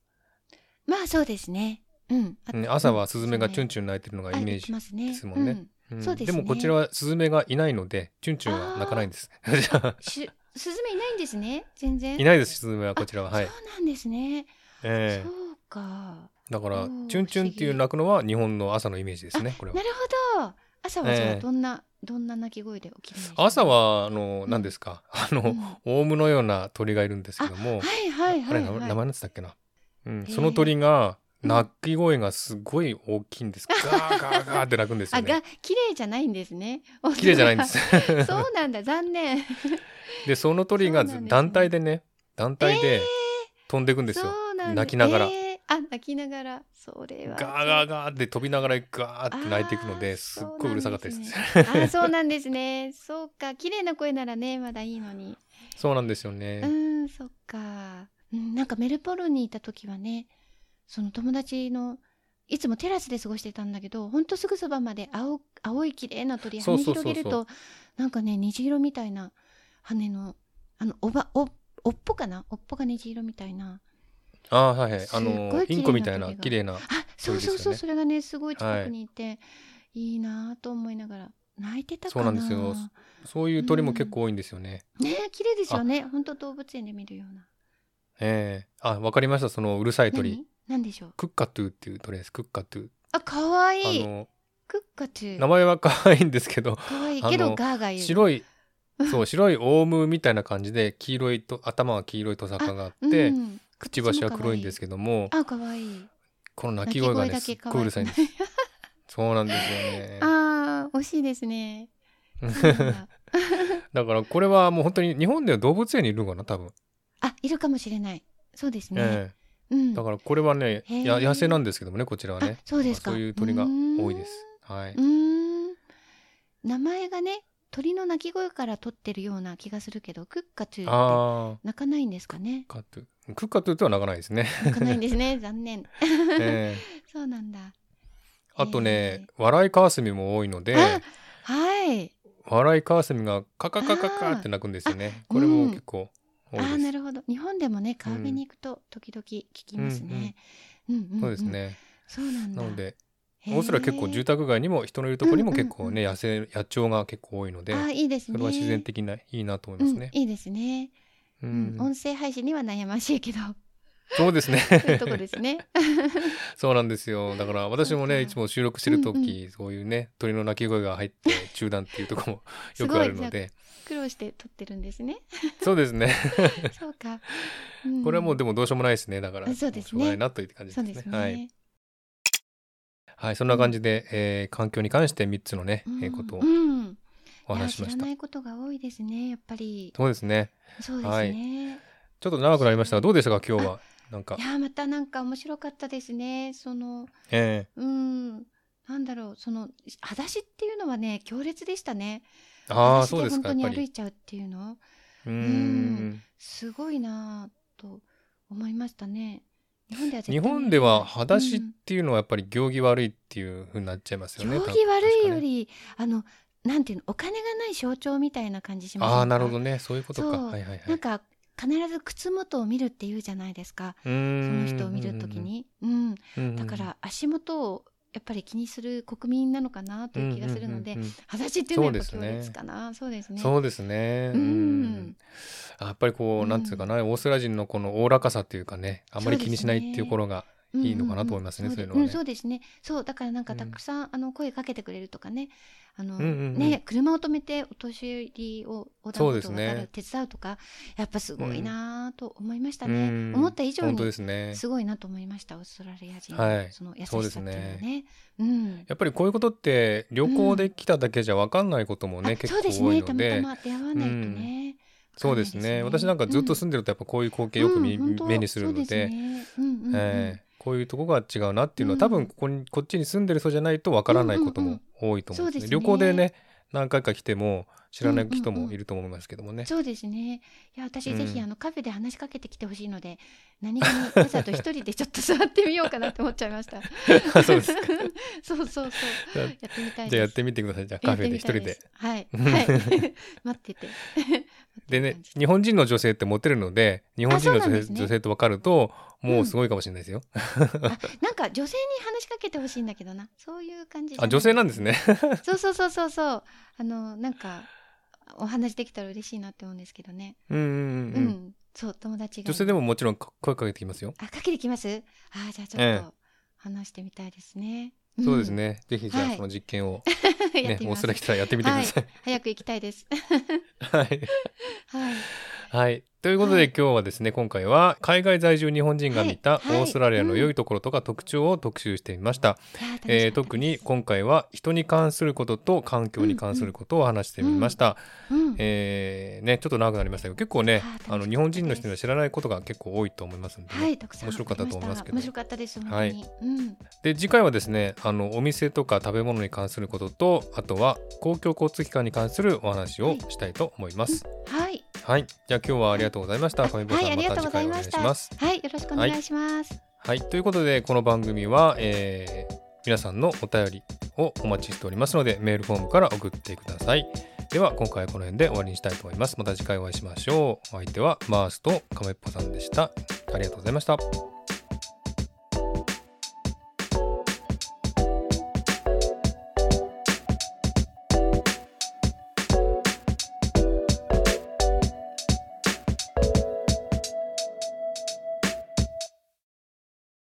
まあそうですねうんあ
うん朝はスズメが
うん
チュンチュン鳴いてるのが
あ
イメー
行き
ジ、
ますね
ですもんね
うん
うん
そうですね
もこちらはスズメがいないのでチュンチュンは鳴かないんですじゃあ
しスズメいないんですね全然
いないですスズメはこちらははい
そ、うなんですね、
ええ
そうか
だから
おー
チュンチュンっていう鳴くのは日本の朝のイメージですねこれ
な
は
るほど朝はじゃ
え
あ
え
どんな、どんな鳴き声で起きるんですか
朝、はあの
うん
何ですか、あ
う
の、
ん
オウムのような鳥がいるんですけども
はいはい
あ
は
れ
い、
名前
はい、
名前なんつったっけな、うん、
ええ
その鳥が
うん
鳴き声がすごい大きいんです、ガーガーガーって鳴くんですよ
あが
ね
綺麗じゃないんですね。
綺麗じゃないんです
そうなんだ残念。
でその鳥が
そうなんですね
団体でね団体
え
で
ー
飛んでいくんですよ、
そうなんだ
泣きながら
えーあ泣きながらそれは。
ガーガーガーって飛びながらガーって鳴いていくの
あ
で
ー
すっごいうるさかったです
そうなんですねあそうなんです ね。そうか綺麗な声ならねまだいいのに。
そうなんですよ
う
ね、
んそっか。うんなんかメルボルンにいた時はねその友達のいつもテラスで過ごしてたんだけどほんとすぐそばまで青青い綺麗な鳥
そう
羽
そうそうそう
広げるとなんかね虹色みたいな羽のあのおばおおっぽかなおっぽが虹色みたいな
ああはいはいあ
すっご
の
い綺
イ
麗な鳥が
ンコみたいな綺麗な
あそ
鳥
うそう
ですよ
そう、
ね
それがねすごい近
は
く
い
にいて、い、いなぁと思いながら泣いてたか
そう
な
なんですよそういう鳥も結構多いんですよね。
ねえ綺麗ですよね本当動物園で見るような
ええあ、わかりました。そのうるさい鳥。
何何でしょう
クッカトゥーっていう鳥です。クッカトゥー。
あ可愛い
あの、
クッカチュ
名
ー
前は可愛いんですけど、
可愛い
あの
けどガーガー言う
白い、そう白いオウムみたいな感じで黄色いと頭は黄色いトサカがあって、
うん、
くちばしは黒いんですけども
あ可愛い
この鳴き声がね
鳴き
すっ
声だけ
ごいうるさいんですそうなんですよね
ああ惜しいですねそうなんだ
だからこれはもう本当に日本では動物園にいるのかな多分、
あいるかもしれないそうですね、
え
うん
えだからこれはね
へえ
や野生なんですけどもねこちらはね
あそうですか
そういう鳥が多いですはいう
ーん名前がね鳥の鳴き声から取ってるような気がするけどクッカチューって
あ
鳴かないんですかね
あカットゥクッカトゥーとは鳴かないです ね、
鳴かないんで すね残念
ええ
そうなんだ
あと
へ
ね
え
笑いカワセミも多いので
あはい
笑いカワセミがカカカカカって鳴くんですよね
あ
これも結構多
あ
いです、
ーなるほど日本でもね川辺に行くと時々聞きますね、うんうんん
そうですね、
そうなんだ
なので
へー
オーストラリア結構住宅街にも人のいるところにも結構ね、
うんうんうん
野生野鳥が結構多いので
あーいいです
そ
ね
れは自然的ないいなと思いますね
う、ん、いいですね、
う
うんん音声配信には悩ましいけど
そうですね
そういうとこですね
そうなんですよ。だから私もね、
そう
い
か
つも収録してる時、
うん
そういうね、鳥の鳴き声が入って中断っていうとこ ろも
す
よ
ご
く
い
あるので、
苦労して撮ってるんですね
そうですね。
そうか、うん
これはもうでもどうしようもないですね。だから、
あそうですね
しょうがないなという感じ
そう
で
ですす
ね。
ね、
はい。はい、そんな感じで、えー環境に関して3つのね、えーことを
うん
お話ししま
いや
し
知ら
た
な。いことが多いですねやっぱり
そうですね。
そうですね、
ちょっと長くなりましたが、どうでしたか今日は。なんか
い、、やーまたなんか面白かったですねその
え
うんなんだろうその裸足っていうのはね強烈でしたね
ー、ああ、
私
そうです
本
か、
当
やっぱ
に歩
り。
いちゃうっていうの
うーん。
すごいなぁと思いましたね。日本では絶対
日
見ない
本では裸足っ
うん
ていうのはやっぱり行儀悪いっていう風になっちゃいますよね。
行
多
儀
分
悪い
確
よ
かね
り、あのなんていうのお金がない象徴みたいな感じしませんか
ああ、なるほどね。そういうことか。
そう
はいはいはい。
なんか必ず靴元を見るっていうじゃないですか。
そ
そ
の
の人を見るときに、うんだから足元をやっぱり気にする国民なのかなという気がするので、
うんうんうんうん
裸足っていうのはやっぱ
そ
強
うですね
烈かな。そうですね。
そうですね、
うん
あやっぱりこうなんつうかな、オーストラリア人のこのおおらかさというかねあんまり気にしないっていうところがいいのかなと思いますね
うん
そう
うん
いう
うん
のはね
でんそうですね。そうだからなんか
うん
たくさん、あの声かけてくれるとかね、あの、
うんうんうん
ね車を止めてお年寄りを横断
そうで
歩
す
道を渡
ね
る、手伝うとか、やっぱすごいなぁと思いました
う
ね。
ん
思った以上
本当で
に
すね
すごいなと思いましたオーストラリア人の、
はい
その優しさっていうのはね。う
やっぱりこういうことって旅行で来ただけじゃ分かんないことも
ん、
ね、
あ
結
そう
構
です
多い
ね。
の
たまた
で
ま出会わないとね。
そうですね
わか
私なんかずっと住
ん
んでるとやっぱこういう光景よく見、
うんうん本当
目にするので
そうすねうんうんうん
ええこういうとこが違うなっていうのは、多
う
分
ん
ここにこっちに住んでる人じゃないとわからないことも多いと思うんですね、
うんうんうんそうですね
旅行でね何回か来ても知らない人
うんうん
も
うん
いると思いますけどもね、
そうですね。いや私ぜひ、
うん
あのカフェで話しかけてきてほしいので、何気にわざと一人でちょっと座ってみようかなって思っちゃいました。
あ そうですか
そうそうそう。やってみたいです。
じゃあやってみてくださいじゃあカフェで一人で
やって みたいすはい。はい。 待ってて。
でね
待っ て
日本人の女性ってモテるので日本人の
あそう
女
なんで
性,、
すね
女性と分かるともううんすごいかもしれないですよ、
る感じあなんか女性に話しかけてほしいんだけどな。そういう感じじゃい
あ女性なんです。ね
そうそうそうそうそう。あのなんかお話できたら嬉しいなって思うんですけどね。
うんうんうんう
う。
んん、
そう友達が。
女性でももちろんか声かけてきますよ、
あ、かけてきます。あー、じゃあち
え
ょっ
え
と話してみたいですね。
そうですねぜひじゃあ
はい
その実験を、
うん。 や
ね
ってみ
オー
ま
ス
す
トラリア来たらやってみてください
早く行きたいです。
はい
はい。
はい。ということで、
は
今日はですね、今回は海外在住日本人が見たオ
はいはい
ーストラリアの良いところとか特徴を特集してみました。
いやー楽しかった
えー
です
特に今回は人に関することと環境に関することを話してみました。
うん
えーね、ちょっと長くなりましたけど、結構ね
あー楽しかった、です
あの日本人の人には知らないことが結構多いと思いますのでね、
はい、たくさん
面白かったと思いますけど
面白かったです。本当に。うん。
で次回はですねあのお店とか食べ物に関することとあとは公共交通機関に関するお話をしたいと思います。
はい。
はい、じゃあ今日はありがとうございました。上村
は
さ
い、あ
ん
り
ま
がと
た
う
次回お
ござい
願
ま
い
し。
したます。
はい、よろしくお願いします。
はい、ということでこの番組は、えー皆さんのお便りをお待ちしておりますのでメールフォームから送ってください。では今回はこの辺で終わりにしたいと思います。また次回お会いしましょう。お相手はマースとカメッポさんでした。ありがとうございました。